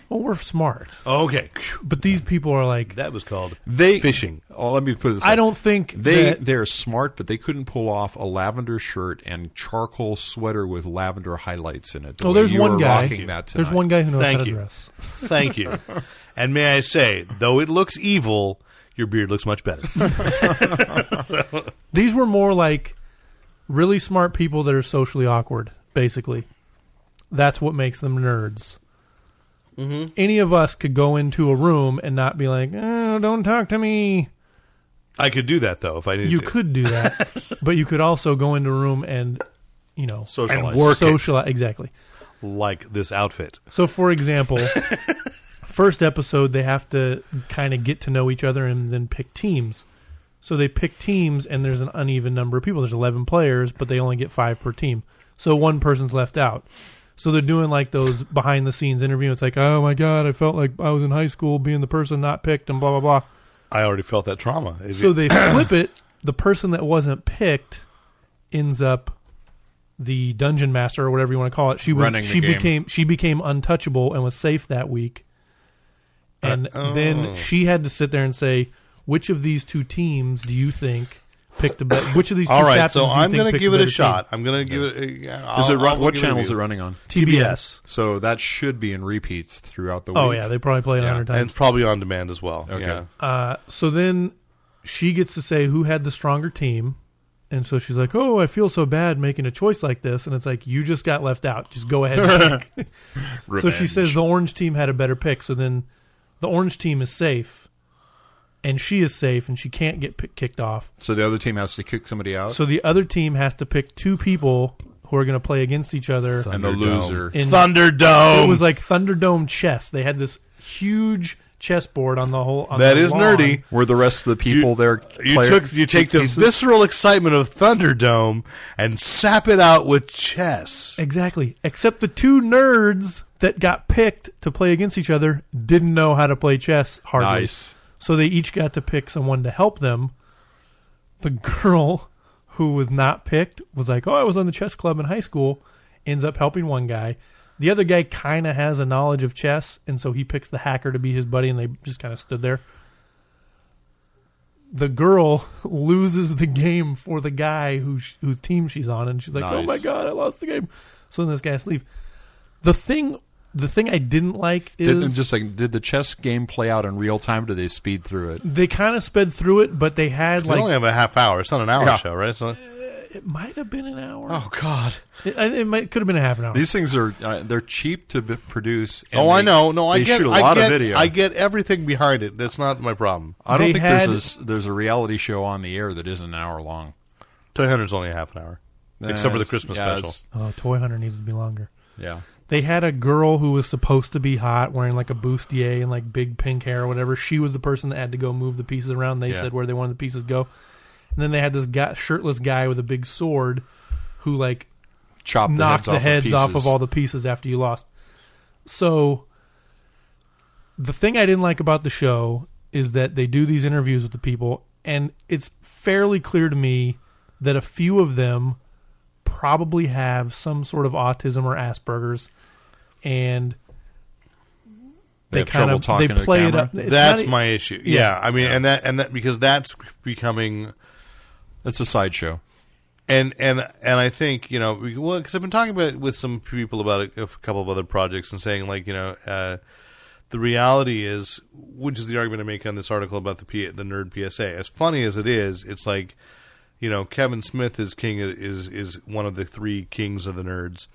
Well, we're smart, Okay. but these people are like That was called They Fishing. Oh, let me put it this. I way. don't think They that- they're smart, but they couldn't pull off a lavender shirt and charcoal sweater with lavender highlights in it. the Oh, way there's you one were guy. rocking that There's tonight. one guy who knows Thank how to you. dress. Thank you. and may I say, though it looks evil, your beard looks much better. These were more like really smart people that are socially awkward. Basically, that's what makes them nerds. Mm-hmm. Any of us could go into a room and not be like, "Oh, don't talk to me." I could do that though if I needed You to. could do that, but you could also go into a room and, you know, Socialize. And work it. socialize exactly. like this outfit. So, for example, first episode, they have to kind of get to know each other and then pick teams. So they pick teams, and there's an uneven number of people. There's 11 players, but they only get five per team. So one person's left out. So they're doing like those behind the scenes interview. It's like, oh my god, I felt like I was in high school being the person not picked, and blah blah blah. I already felt that trauma. Is So it- they flip it. The person that wasn't picked ends up the dungeon master or whatever you want to call it. She was Running the she game. became she became untouchable and was safe that week. And then she had to sit there and say, which of these two teams do you think picked a better? Which of these two all right, captains so do you I'm think going to picked give it a better shot. I'm going to give it. i Is it run, what channel is it running on? team? TBS. So that should be in repeats throughout the week. Oh yeah, they probably play it a Yeah. hundred And times. it's probably on demand as well. Okay. Yeah. so then she gets to say who had the stronger team and so she's like oh i feel so bad making a choice like this and it's like you just got left out just go ahead and pick. so she says the orange team had a better pick so then the orange team is safe and she is safe and she can't get pick- kicked off So the other team has to kick somebody out, so the other team has to pick two people who are going to play against each other and the loser. in Thunderdome. it was like thunderdome chess they had this huge chessboard on the whole on That the is lawn. nerdy. Were the rest of the people there? You player- took you take the pieces? visceral excitement of Thunderdome and sap it out with chess. Exactly. Except the two nerds that got picked to play against each other didn't know how to play chess hardly. Nice. So they each got to pick someone to help them. The girl who was not picked was like, "Oh, I was on the chess club in high school." Ends up helping one guy. The other guy kind of has a knowledge of chess, and so he picks the hacker to be his buddy, and they just kind of stood there. The girl loses the game for the guy whose whose team she's on, and she's like, "Oh Nice. my god, I lost the game." So then this guy has to leave. The thing, the thing I didn't like Did, is just like, did the chess game play out in real time? Or did they speed through it? they kind of sped through it, but they had They like only have a half hour. It's not an hour Yeah. show, right? It's not, It might have been an hour. Oh God! It, I- it might could have been a half an hour. These things are uh, they're cheap to b- produce. and oh, I they- know. No, I they get. shoot a I lot get, of video. I get everything behind it. That's not my problem. I don't They think had- there's a, s- there's a reality show on the air that isn't an hour long, Toy Hunter's only a half an hour, except for the Christmas Yeah, special. it's- oh, Toy Hunter needs to be longer. Yeah, They had a girl who was supposed to be hot, wearing like a bustier and like big pink hair or whatever. She was the person that had to go move the pieces around. They Yeah. said where they wanted the pieces to go, and then they had this guy, shirtless guy with a big sword, who like chop the knocked heads, the heads off, off of all the pieces after you lost. So the thing I didn't like about the show is that they do these interviews with the people and it's fairly clear to me that a few of them probably have some sort of autism or Asperger's and They have trouble talking to the camera. It's that's not- e- my issue. yeah. Yeah, I mean, and that and that because that's becoming It's a sideshow. and and and I think you know we- well because I've been talking about with some people about a, a couple of other projects and saying like you know uh, the reality is which is the argument I make on this article about the P, the nerd PSA as funny as it is it's like you know Kevin Smith is king is is one of the three kings of the nerds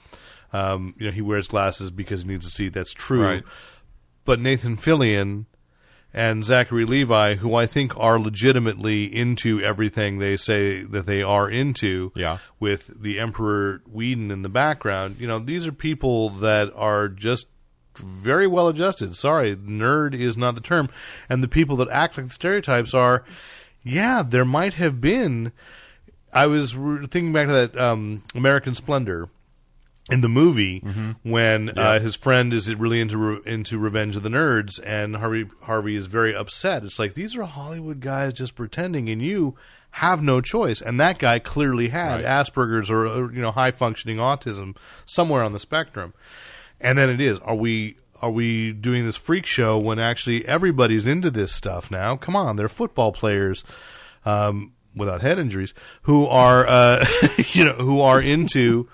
um, you know he wears glasses because he needs to see that's true Right. but Nathan Fillion and Zachary Levi, who I think are legitimately into everything they say that they are into, Yeah. with the Emperor Whedon in the background, you know, these are people that are just very well adjusted. Sorry, nerd is not the term. And the people that act like the stereotypes are, yeah, there might have been. I was re- thinking back to that um, American Splendor in the movie when uh, his friend is really into re- into Revenge of the Nerds, and Harvey Harvey is very upset. It's like these are Hollywood guys just pretending, and you have no choice. And that guy clearly had Asperger's or, or you know high functioning autism somewhere on the spectrum. And then it is are we are we doing this freak show when actually everybody's into this stuff now? Come on, they're football players um, without head injuries who are uh, you know who are into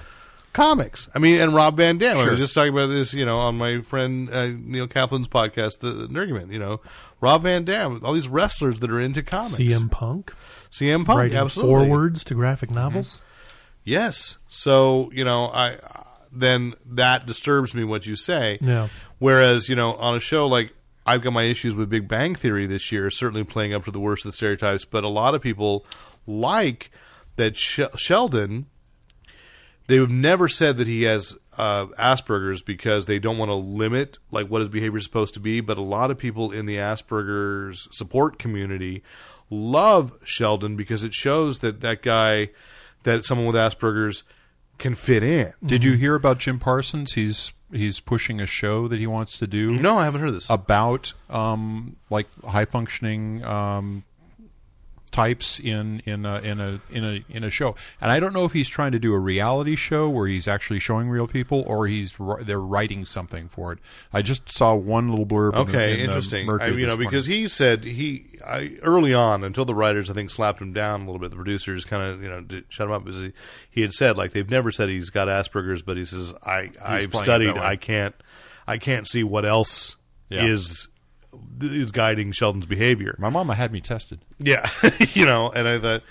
comics. I mean, and Rob Van Dam. I was just talking about this, you know, on my friend uh, Neil Kaplan's podcast, The Nerdyman. You know, Rob Van Dam, all these wrestlers that are into comics. CM Punk CM Punk, writing absolutely. Mm-hmm. forwards to graphic novels. Yes. So you know, I then that disturbs me what you say. Yeah. Whereas you know, on a show like I've got my issues with Big Bang Theory this year, certainly playing up to the worst of the stereotypes, but a lot of people like that Sh- Sheldon. They've never said that he has uh, Asperger's because they don't want to limit like what his behavior is supposed to be. But a lot of people in the Asperger's support community love Sheldon because it shows that that guy, that someone with Asperger's, can fit in. Did you hear about Jim Parsons? He's he's pushing a show that he wants to do No, I haven't heard this. about um, like high functioning um, types in in a, in a in a in a show. And I don't know if he's trying to do a reality show where he's actually showing real people, or he's wri- they're writing something for it. I just saw one little blurb. in the- Okay, in the interesting. I, Mercury you know, this morning. because he said he I, early on until the writers I think slapped him down a little bit. The producers kind of you know did, shut him up because he, he had said like they've never said he's got Asperger's, but he says I I've playing it studied that way. I can't I can't see what else Yeah. is is guiding Sheldon's behavior. my mama had me tested. Yeah, you know, and I thought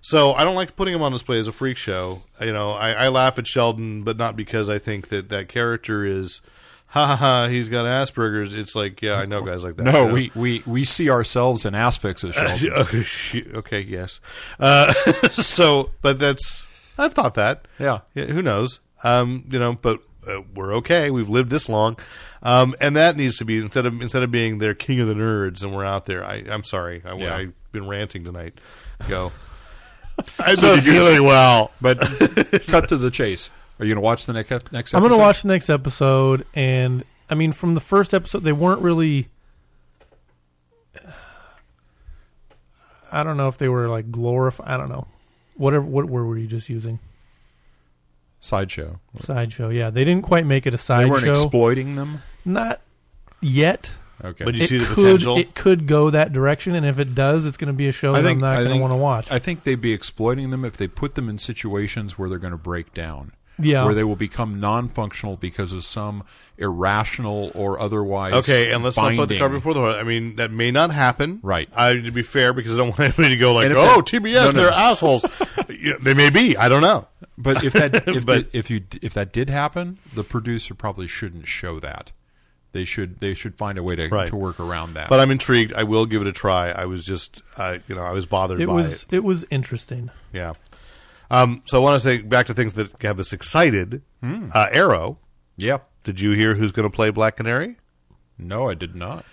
so. I don't like putting him on display as a freak show. You know, I, I laugh at Sheldon, but not because I think that that character is. Ha ha! ha He's got Asperger's. It's like, yeah, I know guys like that. No, you know? we, we, we see ourselves in aspects of Sheldon. Okay, Oh, shoot. okay, yes. Uh, so, but that's I've thought that. Yeah. who knows? Um, you know, but uh, we're okay. We've lived this long, um, and that needs to be instead of instead of being their king of the nerds and we're out there. I, I'm sorry. I, Yeah. I've been ranting tonight. Go. I've been feeling well, But cut to the chase. Are you going to watch the next next? Episode? I'm going to watch the next episode, and I mean, from the first episode, they weren't really. I don't know if they were like glorify. I don't know. Whatever. What word were you just using? sideshow. Sideshow. Yeah, they didn't quite make it a They weren't sideshow. exploiting them. Not yet. Okay, But you it see the could, potential? It could go that direction, and if it does, it's going to be a show that "Oh, I'm not I going to think- want to watch. I think they'd be exploiting them if they put them in situations where they're going to break down. Yeah. where they will become non-functional because of some irrational or otherwise. Okay, and let's not put the binding. cart before the horse. I mean, that may not happen. Right. I to be fair because I don't want anybody to go like, And if "Oh, that- TBS, no, no. they're assholes." Yeah, they may be. I don't know. But if that if But- the, if you if that did happen, the producer probably shouldn't show that. They should they should find a way to, Right. to work around that. But I'm intrigued. I will give it a try. I was just, uh, you know, I was bothered It by was it. it was interesting. Yeah. Um, so I want to say back to things that have us excited. Hmm. Uh, Arrow. yep. Did you hear who's going to play Black Canary? No, I did not.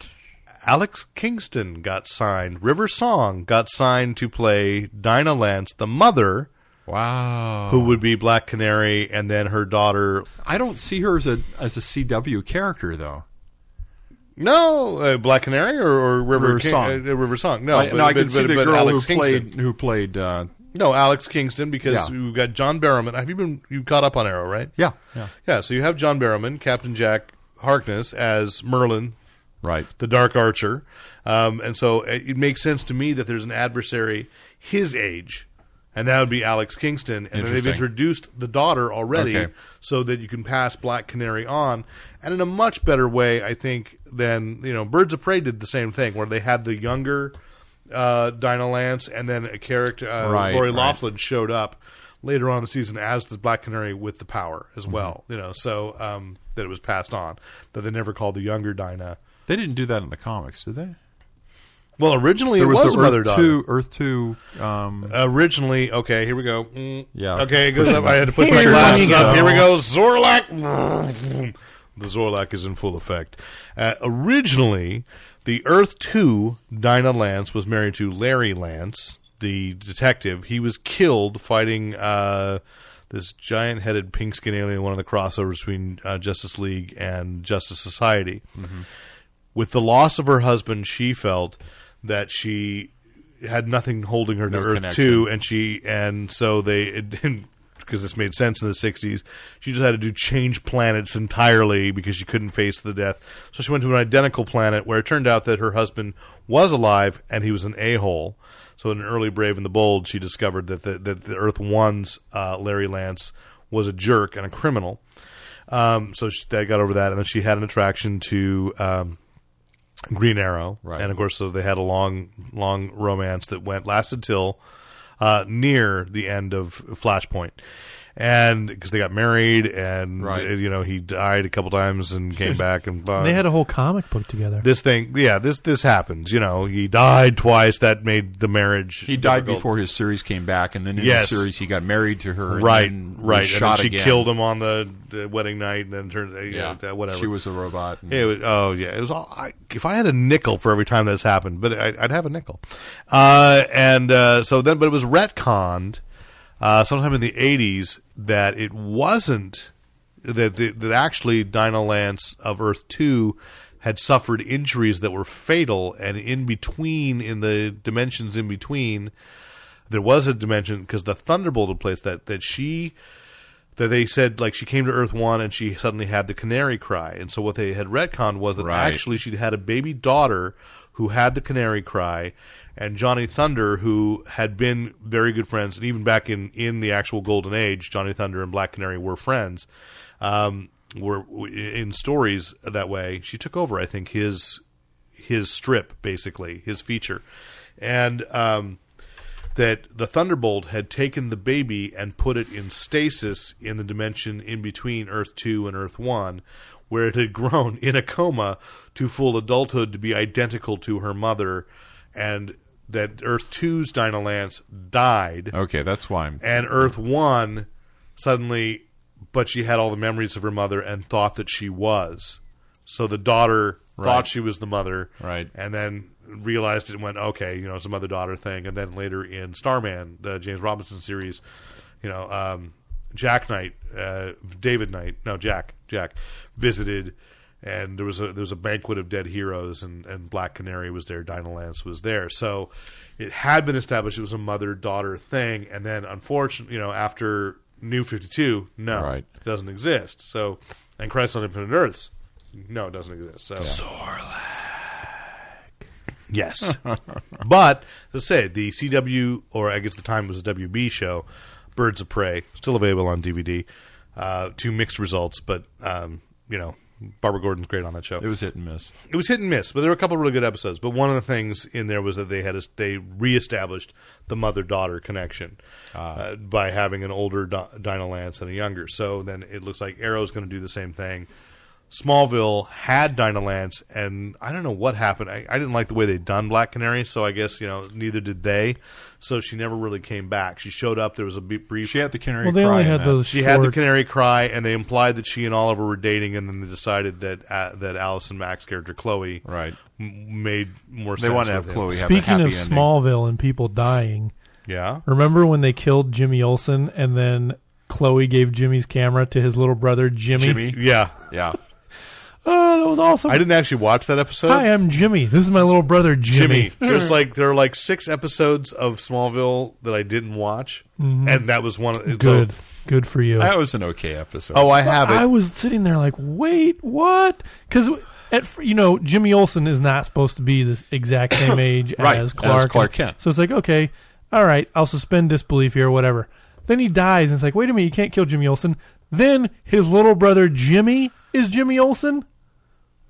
Alex Kingston got signed. River Song got signed to play Dinah Lance, the mother, Wow. who would be Black Canary, and then her daughter. I don't see her as a as a CW character though. No, uh, Black Canary or, or River, River King- Song. uh, River Song. No, I, but- no, I but- can see but- the but girl Alex who Kingston. played who played. Uh, No, Alex Kingston because Yeah. we've got John Barrowman. Have you been you caught up on Arrow, right? yeah, yeah, Yeah, so you have John Barrowman, Captain Jack Harkness as Merlin, right. the Dark Archer. Um, and so it, it makes sense to me that there's an adversary his age, and that would be Alex Kingston. And then they've Interesting. introduced the daughter already Okay. so that you can pass Black Canary on. And in a much better way, I think, than, you know, Birds of Prey did the same thing where they had the younger uh, Dinah Lance and then a character, uh, Right, Lori right. Laughlin, showed up later on in the season as the Black Canary with the power as Mm-hmm. well, you know, so um, that it was passed on, that they never called the younger Dinah. They didn't do that in the comics, did they? Well, originally it was, the mother Earth daughter. two, Earth two. Um, Originally, okay, here we go. Mm. Yeah. Okay, it goes up. I had to put my Here glasses we up. go. Here we go. Zorlak. The Zorlak is in full effect. Uh, originally, the Earth 2 Dinah Lance was married to Larry Lance, the detective. He was killed fighting uh, this giant headed pink skin alien, one of the crossovers between uh, Justice League and Justice Society Mm-hmm. with the loss of her husband, she felt that she had nothing holding her to Earth connection. Two, and she and so they it didn't because this made sense in the '60s. She just had to do change planets entirely because she couldn't face the death. So she went to an identical planet where it turned out that her husband was alive and he was an a-hole. So in an early Brave and the Bold, she discovered that the, that the Earth One's uh, Larry Lance was a jerk and a criminal. Um, so she, that got over that, and then she had an attraction to um, Green Arrow, Right. and of course, so they had a long, long romance that went lasted till uh, near the end of Flashpoint, and because they got married, and Right. uh, you know he died a couple times and came back, and blah. Uh, And they had a whole comic book together. this thing, yeah, this this happens. You know, he died twice. That made the marriage. he died difficult. before his series came back, and then in Yes. the series he got married to her. and Right, then was right, and then Shot she again. killed him on the, the wedding night, and then turned yeah, whatever. She was a robot. and- It was, oh yeah, it was all. I, if I had a nickel for every time that's happened, but I, I'd have a nickel. Uh, and uh, so then, but it was retconned uh, sometime in the '80s that it wasn't that that, that actually Dinah Lance of Earth Two had suffered injuries that were fatal, and in between, in the dimensions in between, there was a dimension because the Thunderbolt had placed that that she that they said like she came to Earth One and she suddenly had the canary cry, and so what they had retconned was that Right. actually she had a baby daughter who had the canary cry, and Johnny Thunder, who had been very good friends, and even back in in the actual Golden Age, Johnny Thunder and Black Canary were friends. Um, were in stories that way. She took over, I think, his his strip basically, his feature, and um, that the Thunderbolt had taken the baby and put it in stasis in the dimension in between Earth 2 and Earth 1, where it had grown in a coma to full adulthood to be identical to her mother, and that Earth 2's Dinah Lance died, Okay, that's why I'm. and Earth 1 suddenly, but she had all the memories of her mother and thought that she was. So the daughter thought Right. she was the mother, Right. and then realized it and went, okay, you know, it's a mother daughter thing. And then later in Starman, the James Robinson series, you know, um, Jack Knight, uh, David Knight, no, Jack, Jack visited, and there was a there was a banquet of dead heroes, and, and Black Canary was there, Dinah Lance was there, so it had been established it was a mother daughter thing, and then unfortunately, you know, after New Fifty Two, no, Right. it doesn't exist. So, and Christ on Infinite Earths, no, it doesn't exist. So. Yes. but as I say, the CW or I guess the time it was a WB show, Birds of Prey, still available on DVD. uh, to mixed results. But um, you know, Barbara Gordon's great on that show It was hit and miss. it was hit and miss, but there were a couple of really good episodes. But one of the things in there was that they had they reestablished the mother daughter connection Ah. uh, by having an older Do- Dinah Lance and a younger. So then it looks like Arrow's going to do the same thing. Smallville had Dinah Lance, and I don't know what happened. I, I didn't like the way they'd done Black Canary, so I guess you know neither did they. So she never really came back. She showed up. There was a b- brief. She had the canary. Well, they cry only in had that. those She short. had the canary cry, and they implied that she and Oliver were dating, and then they decided that uh, that Allison Mack's character Chloe Right. m- made more They sense. wanted to with have him. Chloe have a Speaking happy of ending. Smallville and people dying, Yeah, remember when they killed Jimmy Olsen and then Chloe gave Jimmy's camera to his little brother Jimmy? Jimmy. yeah. Yeah. Oh, that was awesome. I didn't actually watch that episode. Hi, I'm Jimmy. This is my little brother Jimmy. Jimmy. There's like there are like six episodes of Smallville that I didn't watch, Mm-hmm. and that was one. Of, so- Good. Good for you. That was an okay episode. oh, I have it. I was sitting there like, wait, what? Because at fir- you know, Jimmy Olsen is not supposed to be this exact same age Right, as as Clark. Clark Kent. So it's like, okay, all right, I'll suspend disbelief here, whatever. Then he dies, and it's like, wait a minute, you can't kill Jimmy Olsen. Then his little brother Jimmy is Jimmy Olsen.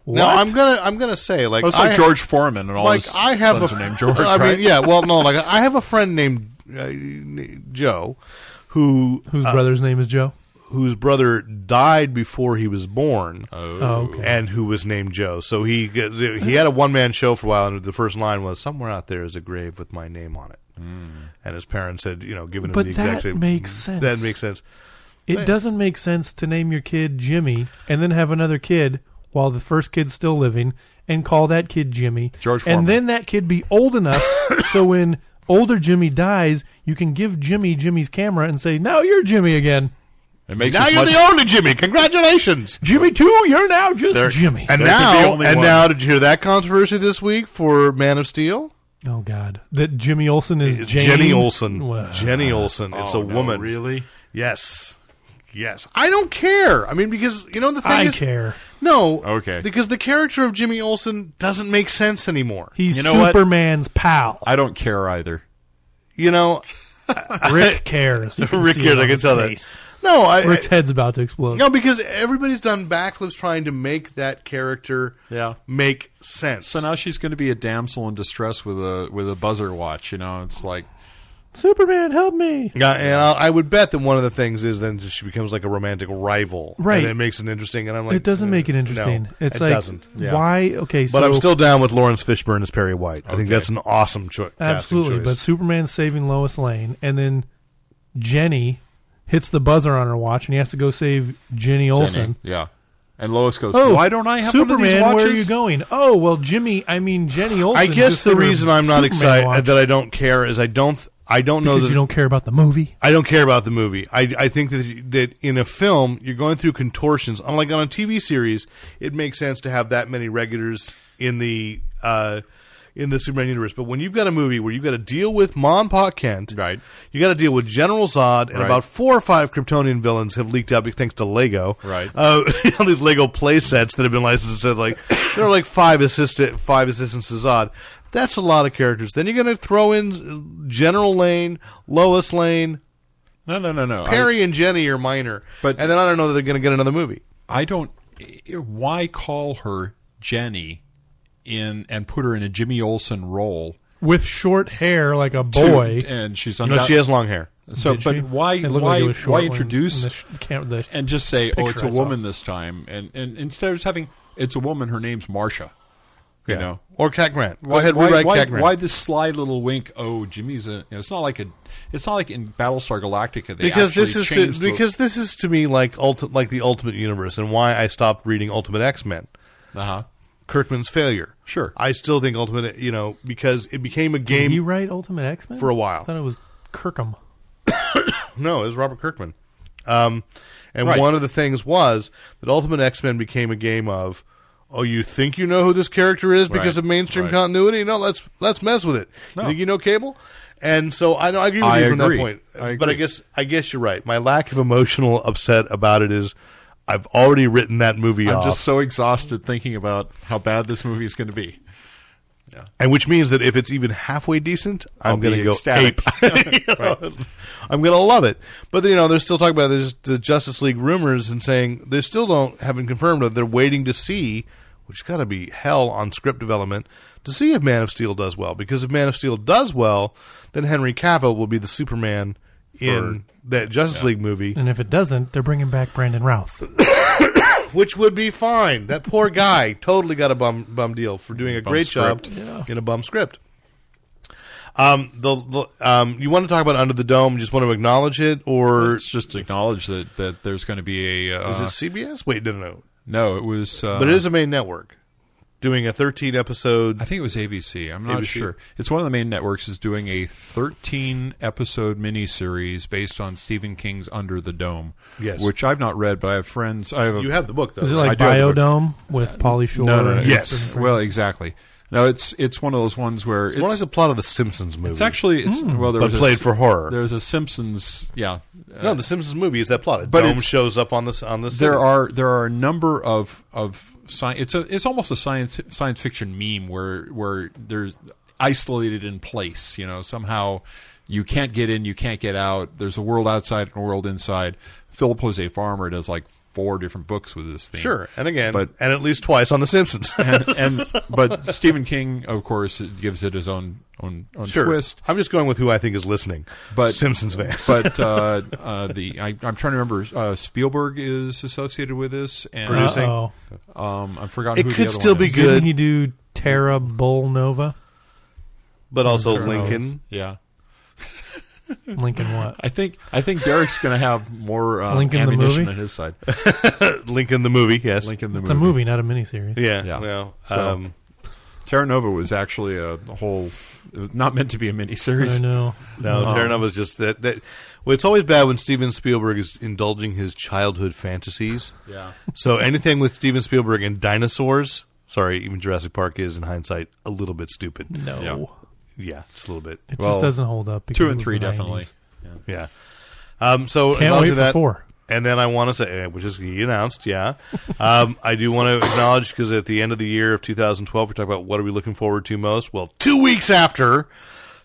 What? now I'm gonna I'm gonna say like That's like I- George Foreman and all. like his I have a sons are named George. I right? mean, yeah. Well, no, like I have a friend named uh, Joe who whose brother's name is Joe? whose brother died before he was born. Oh, okay. and who was named Joe. So he he had a one man show for a while, and the first line was "Somewhere out there is a grave with my name on it." Hmm. And his parents had, you know, given him But the exact that same. makes sense. That makes sense. It doesn't make sense to name your kid Jimmy and then have another kid while the first kid's still living and call that kid Jimmy. George Foreman. and then that kid be old enough so when older Jimmy dies, you can give Jimmy Jimmy's camera and say, now you're Jimmy again. It makes now us you're much- the only Jimmy. Congratulations. Jimmy 2, you're now just There- Jimmy. And There could be now, only and one. now, did you hear that controversy this week for Man of Steel? oh, God. That Jimmy Olsen is Jane? Jenny Olson. Wow. Jenny Olson. It's Oh, a no, woman. Really? Yes. Yes. I don't care. I mean, because you know the thing I is, care. No. Okay. Because the character of Jimmy Olsen doesn't make sense anymore. He's You know what? Superman's pal. I don't care either. you know, Rick cares. You can Rick see it cares. on I can his tell face. that. No, I, Rick's I head's about to explode. no because everybody's done backflips trying to make that character Yeah. make sense. So now she's going to be a damsel in distress with a with a buzzer watch. You know, it's like Superman, help me. yeah, and I'll, I would bet that one of the things is then she becomes like a romantic rival, Right. And it makes it interesting. And I'm like, It doesn't make it uh, interesting. no, it's it like doesn't. why? Okay, so But I'm still down with Lawrence Fishburne as Perry White. I think Okay. that's an awesome cho- casting absolutely. choice. But Superman saving Lois Lane, and then Jenny hits the buzzer on her watch, and he has to go save Jenny Olsen. yeah. And Lois goes, Oh, "Why don't I have Superman? one of these watches?" where are you going? Oh, well, Jimmy. I mean, Jenny Olsen. I guess just the did her reason I'm not Superman excited watch that I don't care is I don't th- I don't know because that you don't care about the movie. I don't care about the movie. I, I think that that in a film you're going through contortions. Unlike on a TV series, it makes sense to have that many regulars in the uh, in the Superman universe. But when you've got a movie where you've got to deal with Mom Pa Kent, Right. You got to deal with General Zod, and Right. about four or five Kryptonian villains have leaked up thanks to Lego. Right. Uh, all these Lego play sets that have been licensed said like there are like five assistant five assistants to Zod. That's a lot of characters. Then you're going to throw in General Lane, Lois Lane, No, no, no, no. I- Perry and Jenny are minor, But- and then I don't know that they're going to get another movie. I don't. Why call her Jenny in and put her in a Jimmy Olsen role? With short hair like a boy. To- and she's No, undoubt- she has long hair. So, Did but she? why? It looked like Why? it was short why when- introduce when the sh- can't- the- and just say, "Oh, it's picture a I saw. woman this time," and and instead of just having, "It's a woman. Her name's Marcia." You know. or Cat Grant. Go why, ahead, why, rewrite why, Cat Grant. why this sly little wink? Oh, Jimmy's a. You know, it's not like a. It's not like in Battlestar Galactica they because this actually is to, changed the- because this is to me like ulti- like the Ultimate Universe, and why I stopped reading Ultimate X Men. uh-huh. Kirkman's failure. Sure. I still think Ultimate, you know, because it became a Did game. he write Ultimate X Men for a while. I thought it was Kirkham. No, it was Robert Kirkman. Um, and Right. one of the things was that Ultimate X Men became a game of, oh, you think you know who this character is because Right, of mainstream right. continuity? No, let's let's mess with it. You think you know Cable? And so I, know- I agree with I you from agree. that point. I But I agree. guess I guess you're right. My lack of emotional upset about it is, I've already written that movie I'm off. just so exhausted thinking about how bad this movie is going to be. Yeah. And which means that if it's even halfway decent, I'll I'm be going to go ecstatic. ape. You know? I'm going to love it. But you know, they're still talking about this, the Justice League rumors and saying they still don't haven't confirmed that they're waiting to see, which has got to be hell on script development to see if Man of Steel does well. Because if Man of Steel does well, then Henry Cavill will be the Superman in that Justice League movie, And if it doesn't, they're bringing back Brandon Routh. which would be fine. That poor guy totally got a bum bum deal for doing a Bum great job script. in a bum script. Um, the, the um, you want to talk about Under the Dome? You just want to acknowledge it, or It's just acknowledge that that there's going to be a. Uh, is it CBS? Wait, no, no, no. no, it was. Uh, But it is a main network doing a 13 episode. I think it was ABC. I'm not ABC. sure. It's one of the main networks is doing a 13 episode miniseries based on Stephen King's Under the Dome. Yes. which I've not read, but I have friends. I have. a- You have the book though. Is it right? like do have the Biodome with Polly Shore? no, no, no. and- Yes. Well, exactly. No, it's it's one of those ones where it's, It's more like the plot of the Simpsons movie? it's actually it's well there Hmm. But was a played s- for horror. There's a Simpsons. Yeah, no, the Simpsons movie is that plot. A But dome it's- shows up on this on this. there are there are a number of of sci- it's a it's almost a science science fiction meme where where they're isolated in place you know somehow you can't get in you can't get out there's a world outside and a world inside philip jose farmer does like four different books with this theme sure, and again, But- and at least twice on the Simpsons. and, and but stephen king of course gives it his own own, own sure, twist I'm just going with who I think is listening. But- Simpsons fans. but uh, uh, the I, I'm trying to remember. Uh, Spielberg is associated with this, and Producing. Uh-oh. um, I've forgotten. It who the could other still one be is. Good. Didn't he do Terra Bolnova? but also Sure. Lincoln. Yeah, Lincoln what? I think I think Derek's going to have more uh, Lincoln the ammunition movie? on his side. Lincoln the movie, yes. Lincoln the It's a movie, movie. not a miniseries. Yeah, Yeah. well, So- um, Terra Nova was actually a whole. It was not meant to be a I miniseries. know. no, Terra Nova's just that. that well, it's always bad when Steven Spielberg is indulging his childhood fantasies. Yeah. So anything with Steven Spielberg and dinosaurs, sorry, even Jurassic Park is in hindsight a little bit stupid. No. Yeah. Yeah, just a little bit. It Well, just doesn't hold up. because Two it and was three the 90s. definitely. Yeah. Um, so Can't wait acknowledging for that, four. And then I want to say, eh, which is he announced, yeah. Um, I do want to acknowledge because at the end of the year of 2012, we're talking about what are we looking forward to most. Well, two weeks after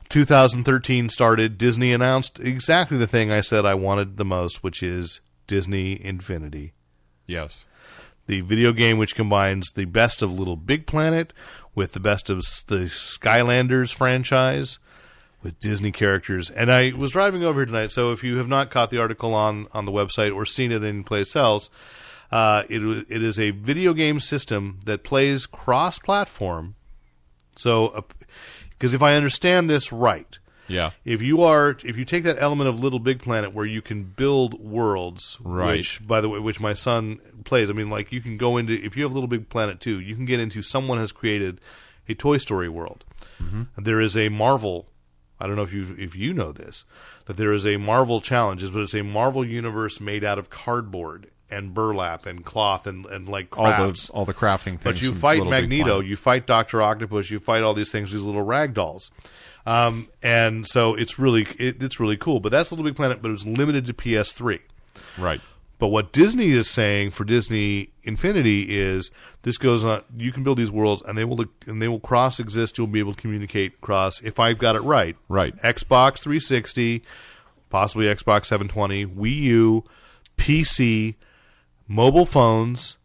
2013 started, Disney announced exactly the thing I said I wanted the most, which is Disney Infinity Yes. the video game which combines the best of Little Big Planet with the best of s- the Skylanders franchise with Disney characters. And I was driving over here tonight, so if you have not caught the article on, on the website or seen it anyplace else, uh, it, w- it is a video game system that plays cross platform. So, because if I understand this right, Yeah. if you are if you take that element of little big planet where you can build worlds Right. which by the way which my son plays i mean like you can go into if you have little big planet 2 you can get into someone has created a toy story world Mm-hmm. There is a marvel i don't know if you if you know this that there is a marvel challenges but it's a marvel universe made out of cardboard and burlap and cloth and and like All crafts. the all the crafting things. But you from fight Little Big Magneto, Planet. you fight Doctor Octopus, you fight all these things, these little rag dolls, um, and so it's really it, it's really cool. But that's Little Big Planet, but it was limited to PS3. Right. But what Disney is saying for Disney Infinity is this goes on. You can build these worlds, and they will and they will cross exist. You'll be able to communicate cross. If I've got it right, Right. Xbox 360, possibly Xbox 720, Wii U, PC, mobile phones,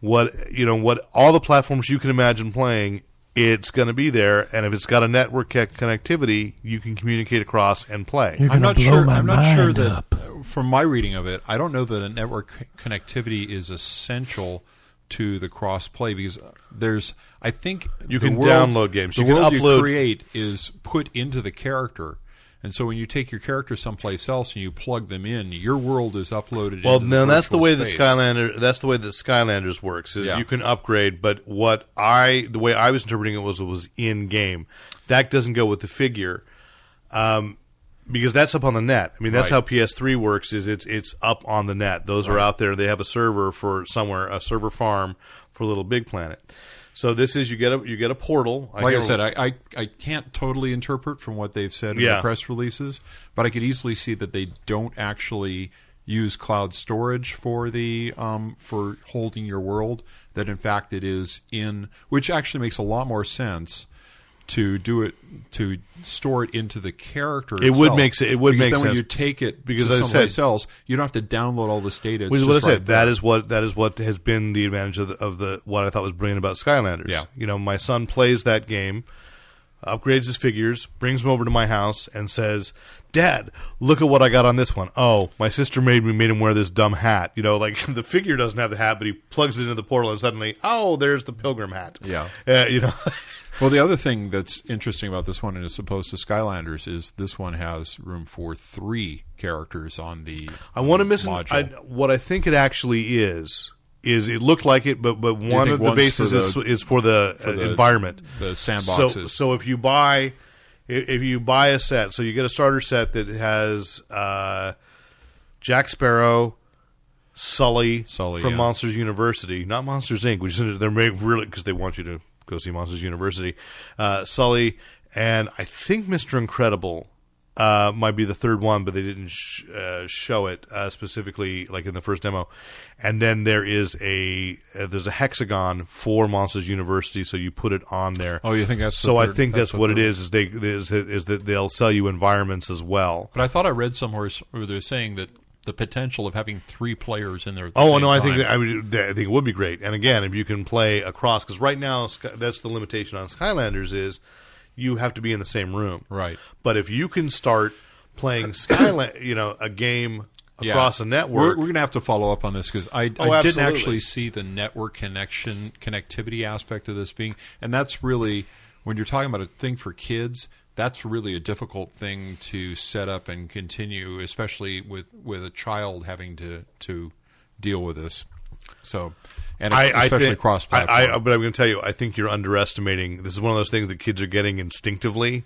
what you know, what all the platforms you can imagine playing. It's going to be there, and if it's got a network co- connectivity, you can communicate across and play. You're I'm gonna not blow sure. my I'm not sure mind that up. from my reading of it, I don't know that a network c- connectivity is essential to the cross play because there's I think You the can world- download games. The You can world upload- you create is put into the character. And so when you take your character someplace else and you plug them in, your world is uploaded. Well, into no, that's the virtual way the space. Skylander. That's the way that Skylanders works. Is Yeah. you can upgrade, but what I the way I was interpreting it was it was in game. That doesn't go with the figure, um, because that's up on the net. I mean, that's Right. how PS3 works. Is it's it's up on the net. Those are out there. They have a server for somewhere, a server farm for Little Big Planet. So this is you get a you get a portal. Like I can't- said, I, I I can't totally interpret from what they've said in Yeah. the press releases, but I could easily see that they don't actually use cloud storage for the um, for holding your world. That in fact it is in, which actually makes a lot more sense to do it to store it into the character. It would itself. make se- it would because make then when sense. you take it Because as because I to said- someplace else, you don't have to download all this data. It's Which is what I just said. right there. That is what that is what has been the advantage of the, of the what I thought was brilliant about Skylanders. Yeah. You know, my son plays that game, upgrades his figures, brings them over to my house, and says, "Dad, look at what I got on this one. Oh, my sister made me made him wear this dumb hat. You know, like the figure doesn't have the hat, but he plugs it into the portal, and suddenly, oh, there's the pilgrim hat. Yeah. Uh, you know. Well, the other thing that's interesting about this one, and as opposed to Skylanders, is this one has room for three characters on the. I want to miss module. I, what I think it actually is. Is it looked like it, but but one think of the one's bases for is, the- is for the, uh, the- environment, the So, sandboxes. so if you buy, if if you buy a set, so you get a starter set that has uh, Jack Sparrow, Sully, Sully, from yeah. Monsters University, not Monsters Inc., which is they're made really because they want you to go see Monsters University, uh, Sully, and I think Mister Incredible. Uh, might be the third one, but they didn't sh- uh, show it uh, specifically, like in the first demo. And then there is a uh, there's a hexagon for Monsters University, so you put it on there. Oh, you think that's the so? I third- think that's, that's the what it third- is. Is they is, that- is that they'll sell you environments as well. But I thought I read somewhere s- where they're saying that the potential of having three players in there. At the Oh same no, I think time- that, I, would, I think it would be great. And again, if you can play across, because right now Sky, that's the limitation on Skylanders is you have to be in the same room. Right. But if you can start playing Skyland, you know, a game Yeah. across a We're, network. we're going to have to follow up on this because I, Oh, I didn't absolutely. actually see the network connection connectivity aspect of this being, and that's really when you're talking about a thing for kids. That's really a difficult thing to set up and continue, especially with with a child having to to deal with this. So, and especially think- cross I, I, platform. but I'm going to tell you, I think you're underestimating. This is one of those things that kids are getting instinctively.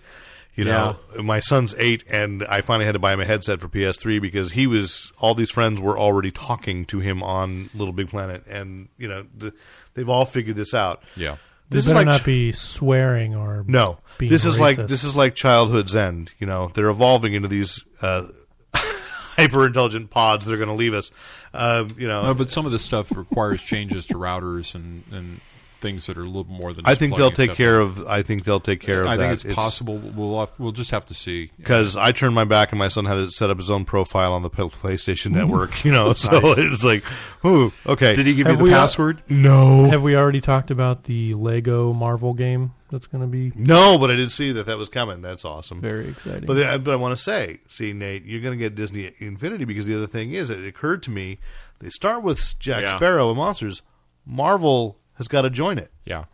You know, my son's eight, and I finally had to buy him a headset for PS3 because he was all these friends were already talking to him on Little Big Planet, and you know the, they've all figured this out. Yeah. They better not be swearing or No, being this is like racist. this is like childhood's end. You know, they're evolving into these uh, hyper intelligent pods. They're going to leave us. Uh, you know, No, but some of this stuff requires changes to routers and and things that are a little more than. I just think they'll plugging take stuff care of. I think they'll take care of. I that. think it's, possible. We'll have, we'll just have to see. because I turned my back and my son had to set up his own profile on the Pl- PlayStation Network. You know, so it's like, ooh, okay. Did he give Have you we the al- password? No, Have we already talked about the Lego Marvel game that's going to be no, but I did see that that was coming. That's awesome. Very exciting. But the, but I want to say, see, Nate, you're going to get Disney Infinity because the other thing is, it occurred to me they start with Jack Yeah. Sparrow and monsters. Marvel has got to join it. Yeah.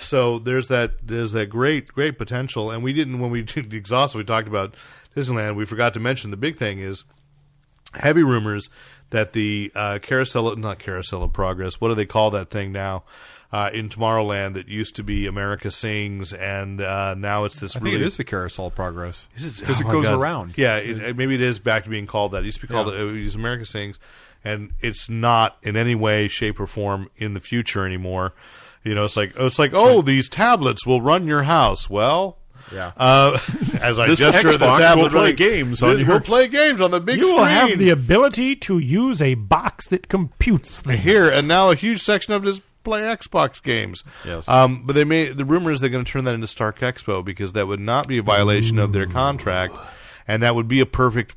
So there's that there's that great great potential, and we didn't when we did the exhaust. We talked about Disneyland. We forgot to mention the big thing is heavy rumors that the uh, carousel not carousel of progress. What do they call that thing now? Uh, in Tomorrowland, that used to be America Sings, and uh, now it's this I really think it is the carousel of progress Is because oh it my goes God. around. Yeah, it, it- maybe it is back to being called that. It used to be called Yeah. it was America Sings, and it's not in any way, shape, or form in the future anymore. You know, it's like oh, it's like oh, these tablets will run your house. Well. Yeah. Uh, as I This gesture at the Xbox will tablet, play like, games on "This your- will play games on the big You screen. will have the ability to use a box that computes things. here and now a huge section of this play Xbox games. Yes. Um, but they may the rumor is they're going to turn that into Stark Expo because that would not be a violation of their contract, and that would be a perfect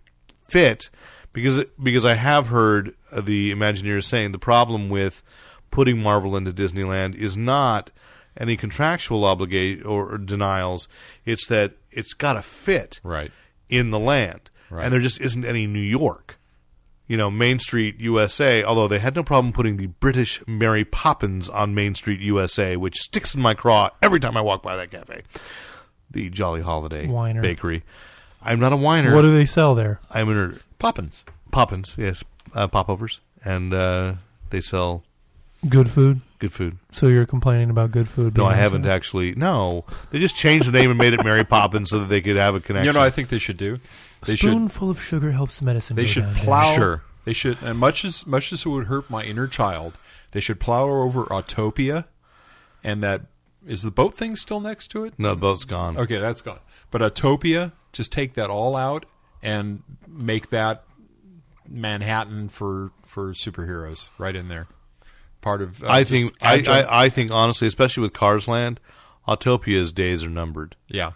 fit because because I have heard uh, the Imagineers saying the problem with putting Marvel into Disneyland is not any contractual obligation or, or denials. It's that it's got to fit Right. in the land, Right. and there just isn't any New York you know, Main Street USA, although they had no problem putting the British Mary Poppins on Main Street USA, which sticks in my craw every time I walk by that cafe. The Jolly Holiday Whiner. Bakery. I'm not a whiner. What do they sell there? I'm an Poppins. Poppins, yes, uh, popovers, and uh, they sell Good food. good food. So you're complaining about good food? No, being I haven't excellent? actually. No, they just changed the name and made it Mary Poppins so that they could have a connection. You know, what I think they should do. They should. Spoonful of sugar helps the medicine. They go should down, Dave. plow. Sure. They should, and much as much as it would hurt my inner child, they should plow over Autopia, and that is the boat thing still next to it. no, the boat's gone. Okay, that's gone. But Autopia, just take that all out and make that Manhattan for for superheroes right in there. part of. Uh, I just think I, adjunct- I, I think honestly, especially with Cars Land, Autopia's days are numbered. yeah,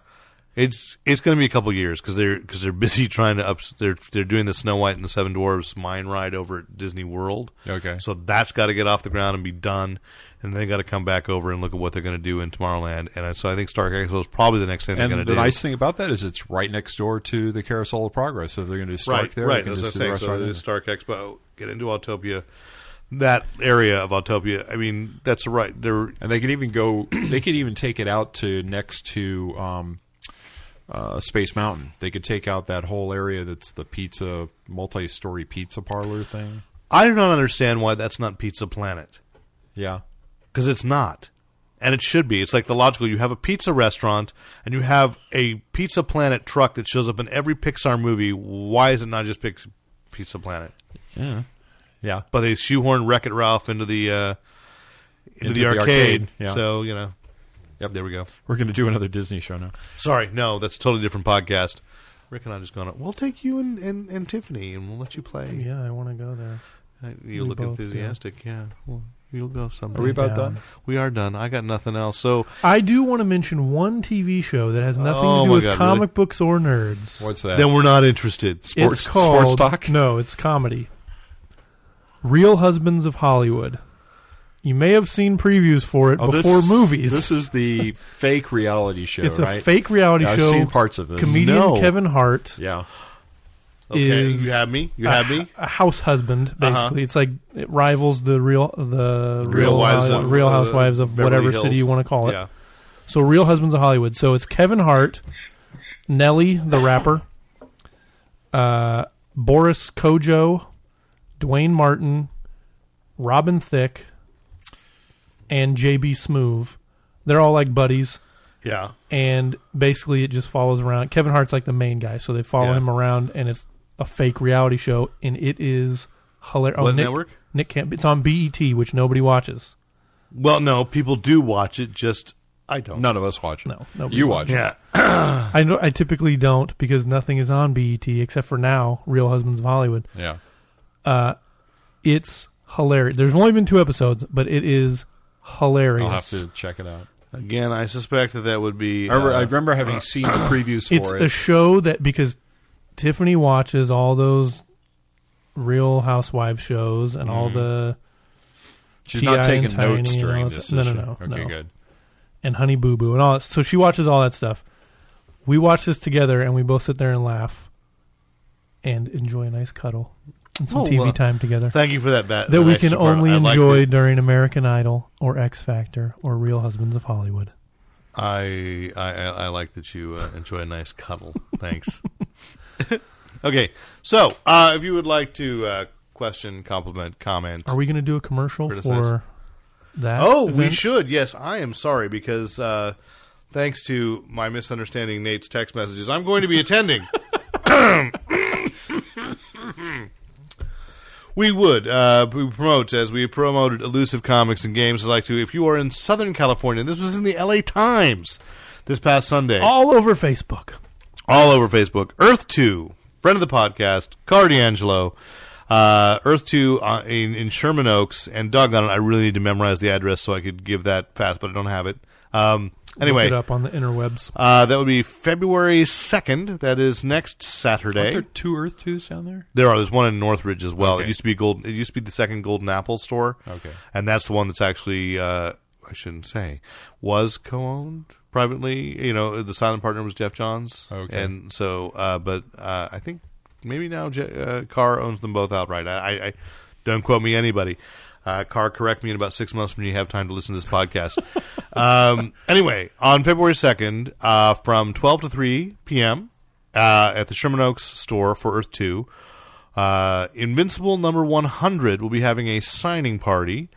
It's it's going to be a couple years because they're because they're busy trying to up they're they're doing the Snow White and the Seven Dwarfs mine ride over at Disney World. Okay. so that's got to get off the ground and be done, and they got to come back over and look at what they're going to do in Tomorrowland. And I, so I think Star Castle is probably the next thing they're and going to the do. nice thing about that is it's right next door to the Carousel of Progress. So if they're going to do Stark right, there, right. they can That's what I'm just do the saying. rest So right they in. do Stark Expo, get into Autopia, that area of Autopia. I mean, that's right. They're and they can even go. They could even take it out to next to um, uh, Space Mountain. They could take out that whole area that's the pizza multi-story pizza parlor thing. I do not understand why that's not Pizza Planet Yeah, because it's not, and it should be. It's like the logical. You have a pizza restaurant and you have a Pizza Planet truck that shows up in every Pixar movie. Why is it not just Pix- Pizza Planet? yeah. But they shoehorn Wreck It Ralph into the uh, into, the, arcade. yeah. So you know, Yep. there we go. We're going to do another Disney show now. Sorry, no, that's a totally different podcast. Rick and I just gone. We'll take you and, and, and Tiffany, and we'll let you play. Yeah, I want to go there. Uh, We You look both, yeah. enthusiastic. Yeah, Well, you'll go someday. Are we about Yeah. done? We are done. I got nothing else. So I do want to mention one TV show that has nothing Oh to do my with God, comic really? books or nerds. What's that? then we're not interested. Sports- it's called sports talk? No, it's comedy. Real Husbands of Hollywood. You may have seen previews for it Oh, this- before movies. This is the fake reality show. it's a right? fake reality Yeah, I've show. seen parts of this. Comedian No. Kevin Hart Yeah, Okay, is you have me. You have a, me. Uh-huh. a house husband. Basically, it's like it rivals the real the real Wives Hou- of, Real uh, Housewives of Beverly whatever Hills. city you want to call it. Yeah. So Real Husbands of Hollywood. So it's Kevin Hart, Nelly the rapper, uh, Boris Kojo, Dwayne Martin, Robin Thicke, and JB Smoove. They're all like buddies Yeah. and basically it just follows around. Kevin Hart's like the main guy, so they follow Yeah. him around and it's a fake reality show and it is hilarious. Oh, What Nick, network? Nick Camp it's on BET, which nobody watches. Well, no, people do watch it. Just I don't. none of us watch it. No, nobody you watch watches it. Yeah. Ah. I know, I typically don't because nothing is on BET except for now Real Husbands of Hollywood. Yeah. It's hilarious. There's only been two episodes, but it is hilarious. I'll have to check it out. Again, I suspect that that would be. I remember, uh, I remember having seen the previews it's for a it. show that because Tiffany watches all those Real Housewives shows and Mm-hmm. all the She's TI not taking and Tiny notes and during all that this. stuff. No, is no, she? no, Okay, no. good. and Honey Boo Boo and all that. So she watches all that stuff. We watch this together and we both sit there and laugh and enjoy a nice cuddle and some Oh, TV uh, time together Thank you for that. Bat, that we can extra part. only I like enjoy that. during American Idol or X Factor or Real Husbands of Hollywood. I, I I- I like that you uh, enjoy a nice cuddle. Thanks. okay, so uh, if you would like to uh, question, compliment, comment, Are we going to do a commercial Criticize. for that? Oh, we event? should. Yes, I am sorry because uh, thanks to my misunderstanding Nate's text messages, I'm going to be attending. We would uh, we promote as we promoted elusive comics and games. I'd like to, if you are in Southern California, this was in the L.A. Times this past Sunday, all, all over Facebook. over Facebook. Earth Two, friend of the podcast, Cardiangelo. Uh, Earth 2 uh, in, in Sherman Oaks, and doggone it, I really need to memorize the address so I could give that fast, but I don't have it. Um, anyway, Look it up on the interwebs. uh, that would be February 2nd. That is next Aren't Saturday. there two Earth Twos down there? There are. There's one in Northridge as well. It Okay. used to be gold. It used to be the second Golden Apple store. Okay. and that's the one that's actually uh, I shouldn't say was co-owned privately. You know, the silent partner was Jeff Johns. Okay. and so uh, but uh, I think maybe now Je- uh, Carr owns them both outright. I, I, I don't quote me anybody. Uh, Carr, correct me in about six months when you have time to listen to this podcast. um, anyway, on February 2nd, uh, from 12 to 3 p.m. Uh, at the Sherman Oaks store for Earth 2, uh, Invincible number 100 will be having a signing party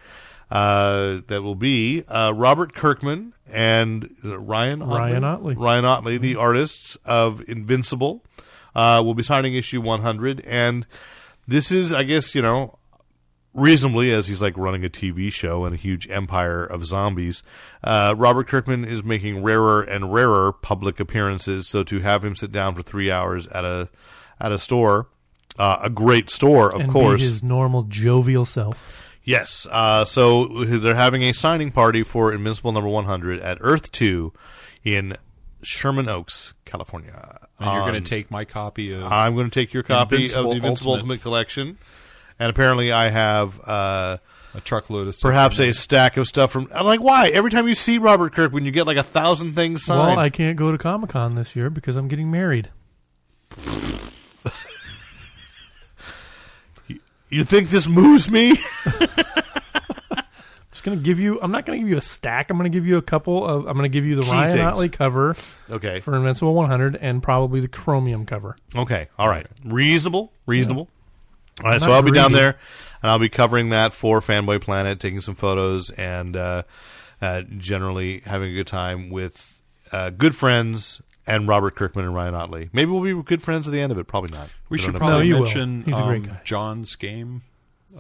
uh, that will be uh, Robert Kirkman and is it Ryan Otley? Ryan Otley. Ryan Otley, the artists of Invincible, uh, will be signing issue 100. And this is, I guess, you know, reasonably as he's like running a TV show and a huge empire of zombies. Uh, Robert Kirkman is making rarer and rarer public appearances, so to have him sit down for three hours at a at a store, uh, a great store, of and course, be his normal jovial self. Yes. Uh, so they're having a signing party for Invincible number 100 at Earth 2 in Sherman Oaks, California. And you're going On- to take my copy of. I'm going to take your copy of Invincible the Invincible Ultimate, Ultimate. Collection. And apparently, I have uh, a truckload of stuff. perhaps a stack of stuff from. I'm like, why? Every time you see Robert Kirk, when you get like a thousand things signed, Well, I can't go to Comic Con this year because I'm getting married. you think this moves me? just gonna give you. I'm not gonna give you a stack. I'm gonna give you a couple of. I'm gonna give you the Key Ryan things. Otley cover okay. for Invincible 100 and probably the Chromium cover. Okay. All right. Reasonable. Reasonable. All right. So Not I'll be down greedy. there, and I'll be covering that for Fanboy Planet, taking some photos, and uh, uh, generally having a good time with uh, good friends and Robert Kirkman and Ryan Otley. Maybe we'll be good friends at the end of it. Probably not. We I should don't know. No, probably you will. mention He's a great um, guy. John's game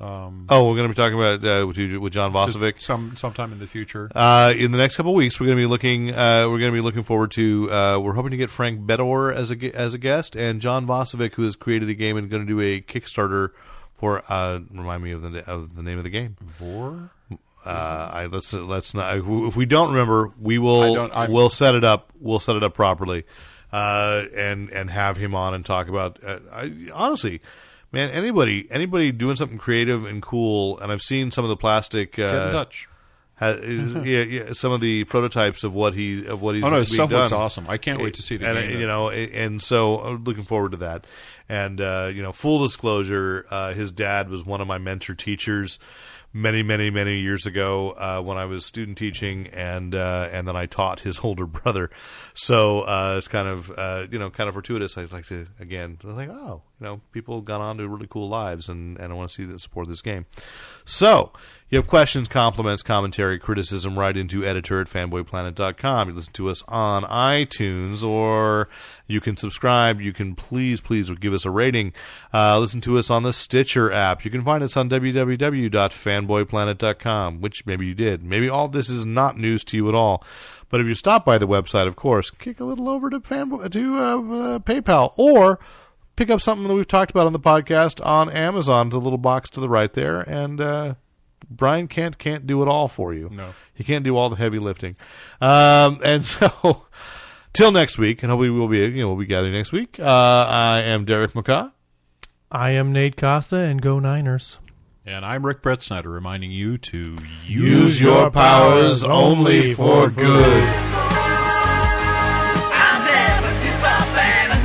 Oh, we're going to be talking about uh, with, with John just Vosovic. some sometime in the future. Uh, in the next couple of weeks, we're going to be looking. Uh, we're going to be looking forward to. Uh, we're hoping to get Frank Bedore as a gu- as a guest, and John Vosovic, who has created a game and going to do a Kickstarter for. Uh, remind me of the of the name of the game. Vor? Uh, I let's let's not. If we don't remember, we will I don't- I'm- we'll set it up. We'll set it up properly, uh, and and have him on and talk about. Uh, I, honestly, man, anybody anybody doing something creative and cool, and I've seen some of the plastic. Uh, Get in touch. Ha is, yeah, yeah, some of the prototypes of what he of what he's Mm-hmm. Oh no, being his stuff looks done. awesome. I can't wait to see the and, game. You know, a- and so I'm looking forward to that. And uh, you know, full disclosure, uh, his dad was one of my mentor teachers many, many, many years ago uh, when I was student teaching, and uh, and then I taught his older brother. So uh, it's kind of uh, you know kind of fortuitous. I'd like to again, I was like oh, you know, people got on to really cool lives, and and I want to see the support this game. So. You have questions, compliments, commentary, criticism, write into editor at fanboyplanet.com. You listen to us on iTunes or you can subscribe. You can please, please give us a rating. Uh, listen to us on the Stitcher app. You can find us on www.fanboyplanet.com, which maybe you did. Maybe all this is not news to you at all. But if you stop by the website, of course, kick a little over to, fanboy, to uh, uh, PayPal or pick up something that we've talked about on the podcast on Amazon, the little box to the right there, and uh, Brian Kent can't do it all for you. No. he can't do all the heavy lifting. Um, and so, till next week, and hopefully we'll be you know we'll be gathering next week. Uh, I am Derek McCaw. I am Nate Costa and go Niners. and I'm Rick Brett Snyder reminding you to Use your powers only for good. I'll never give up and I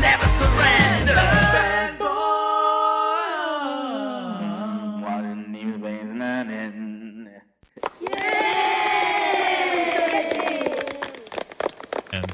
never surrender. One is based on it. And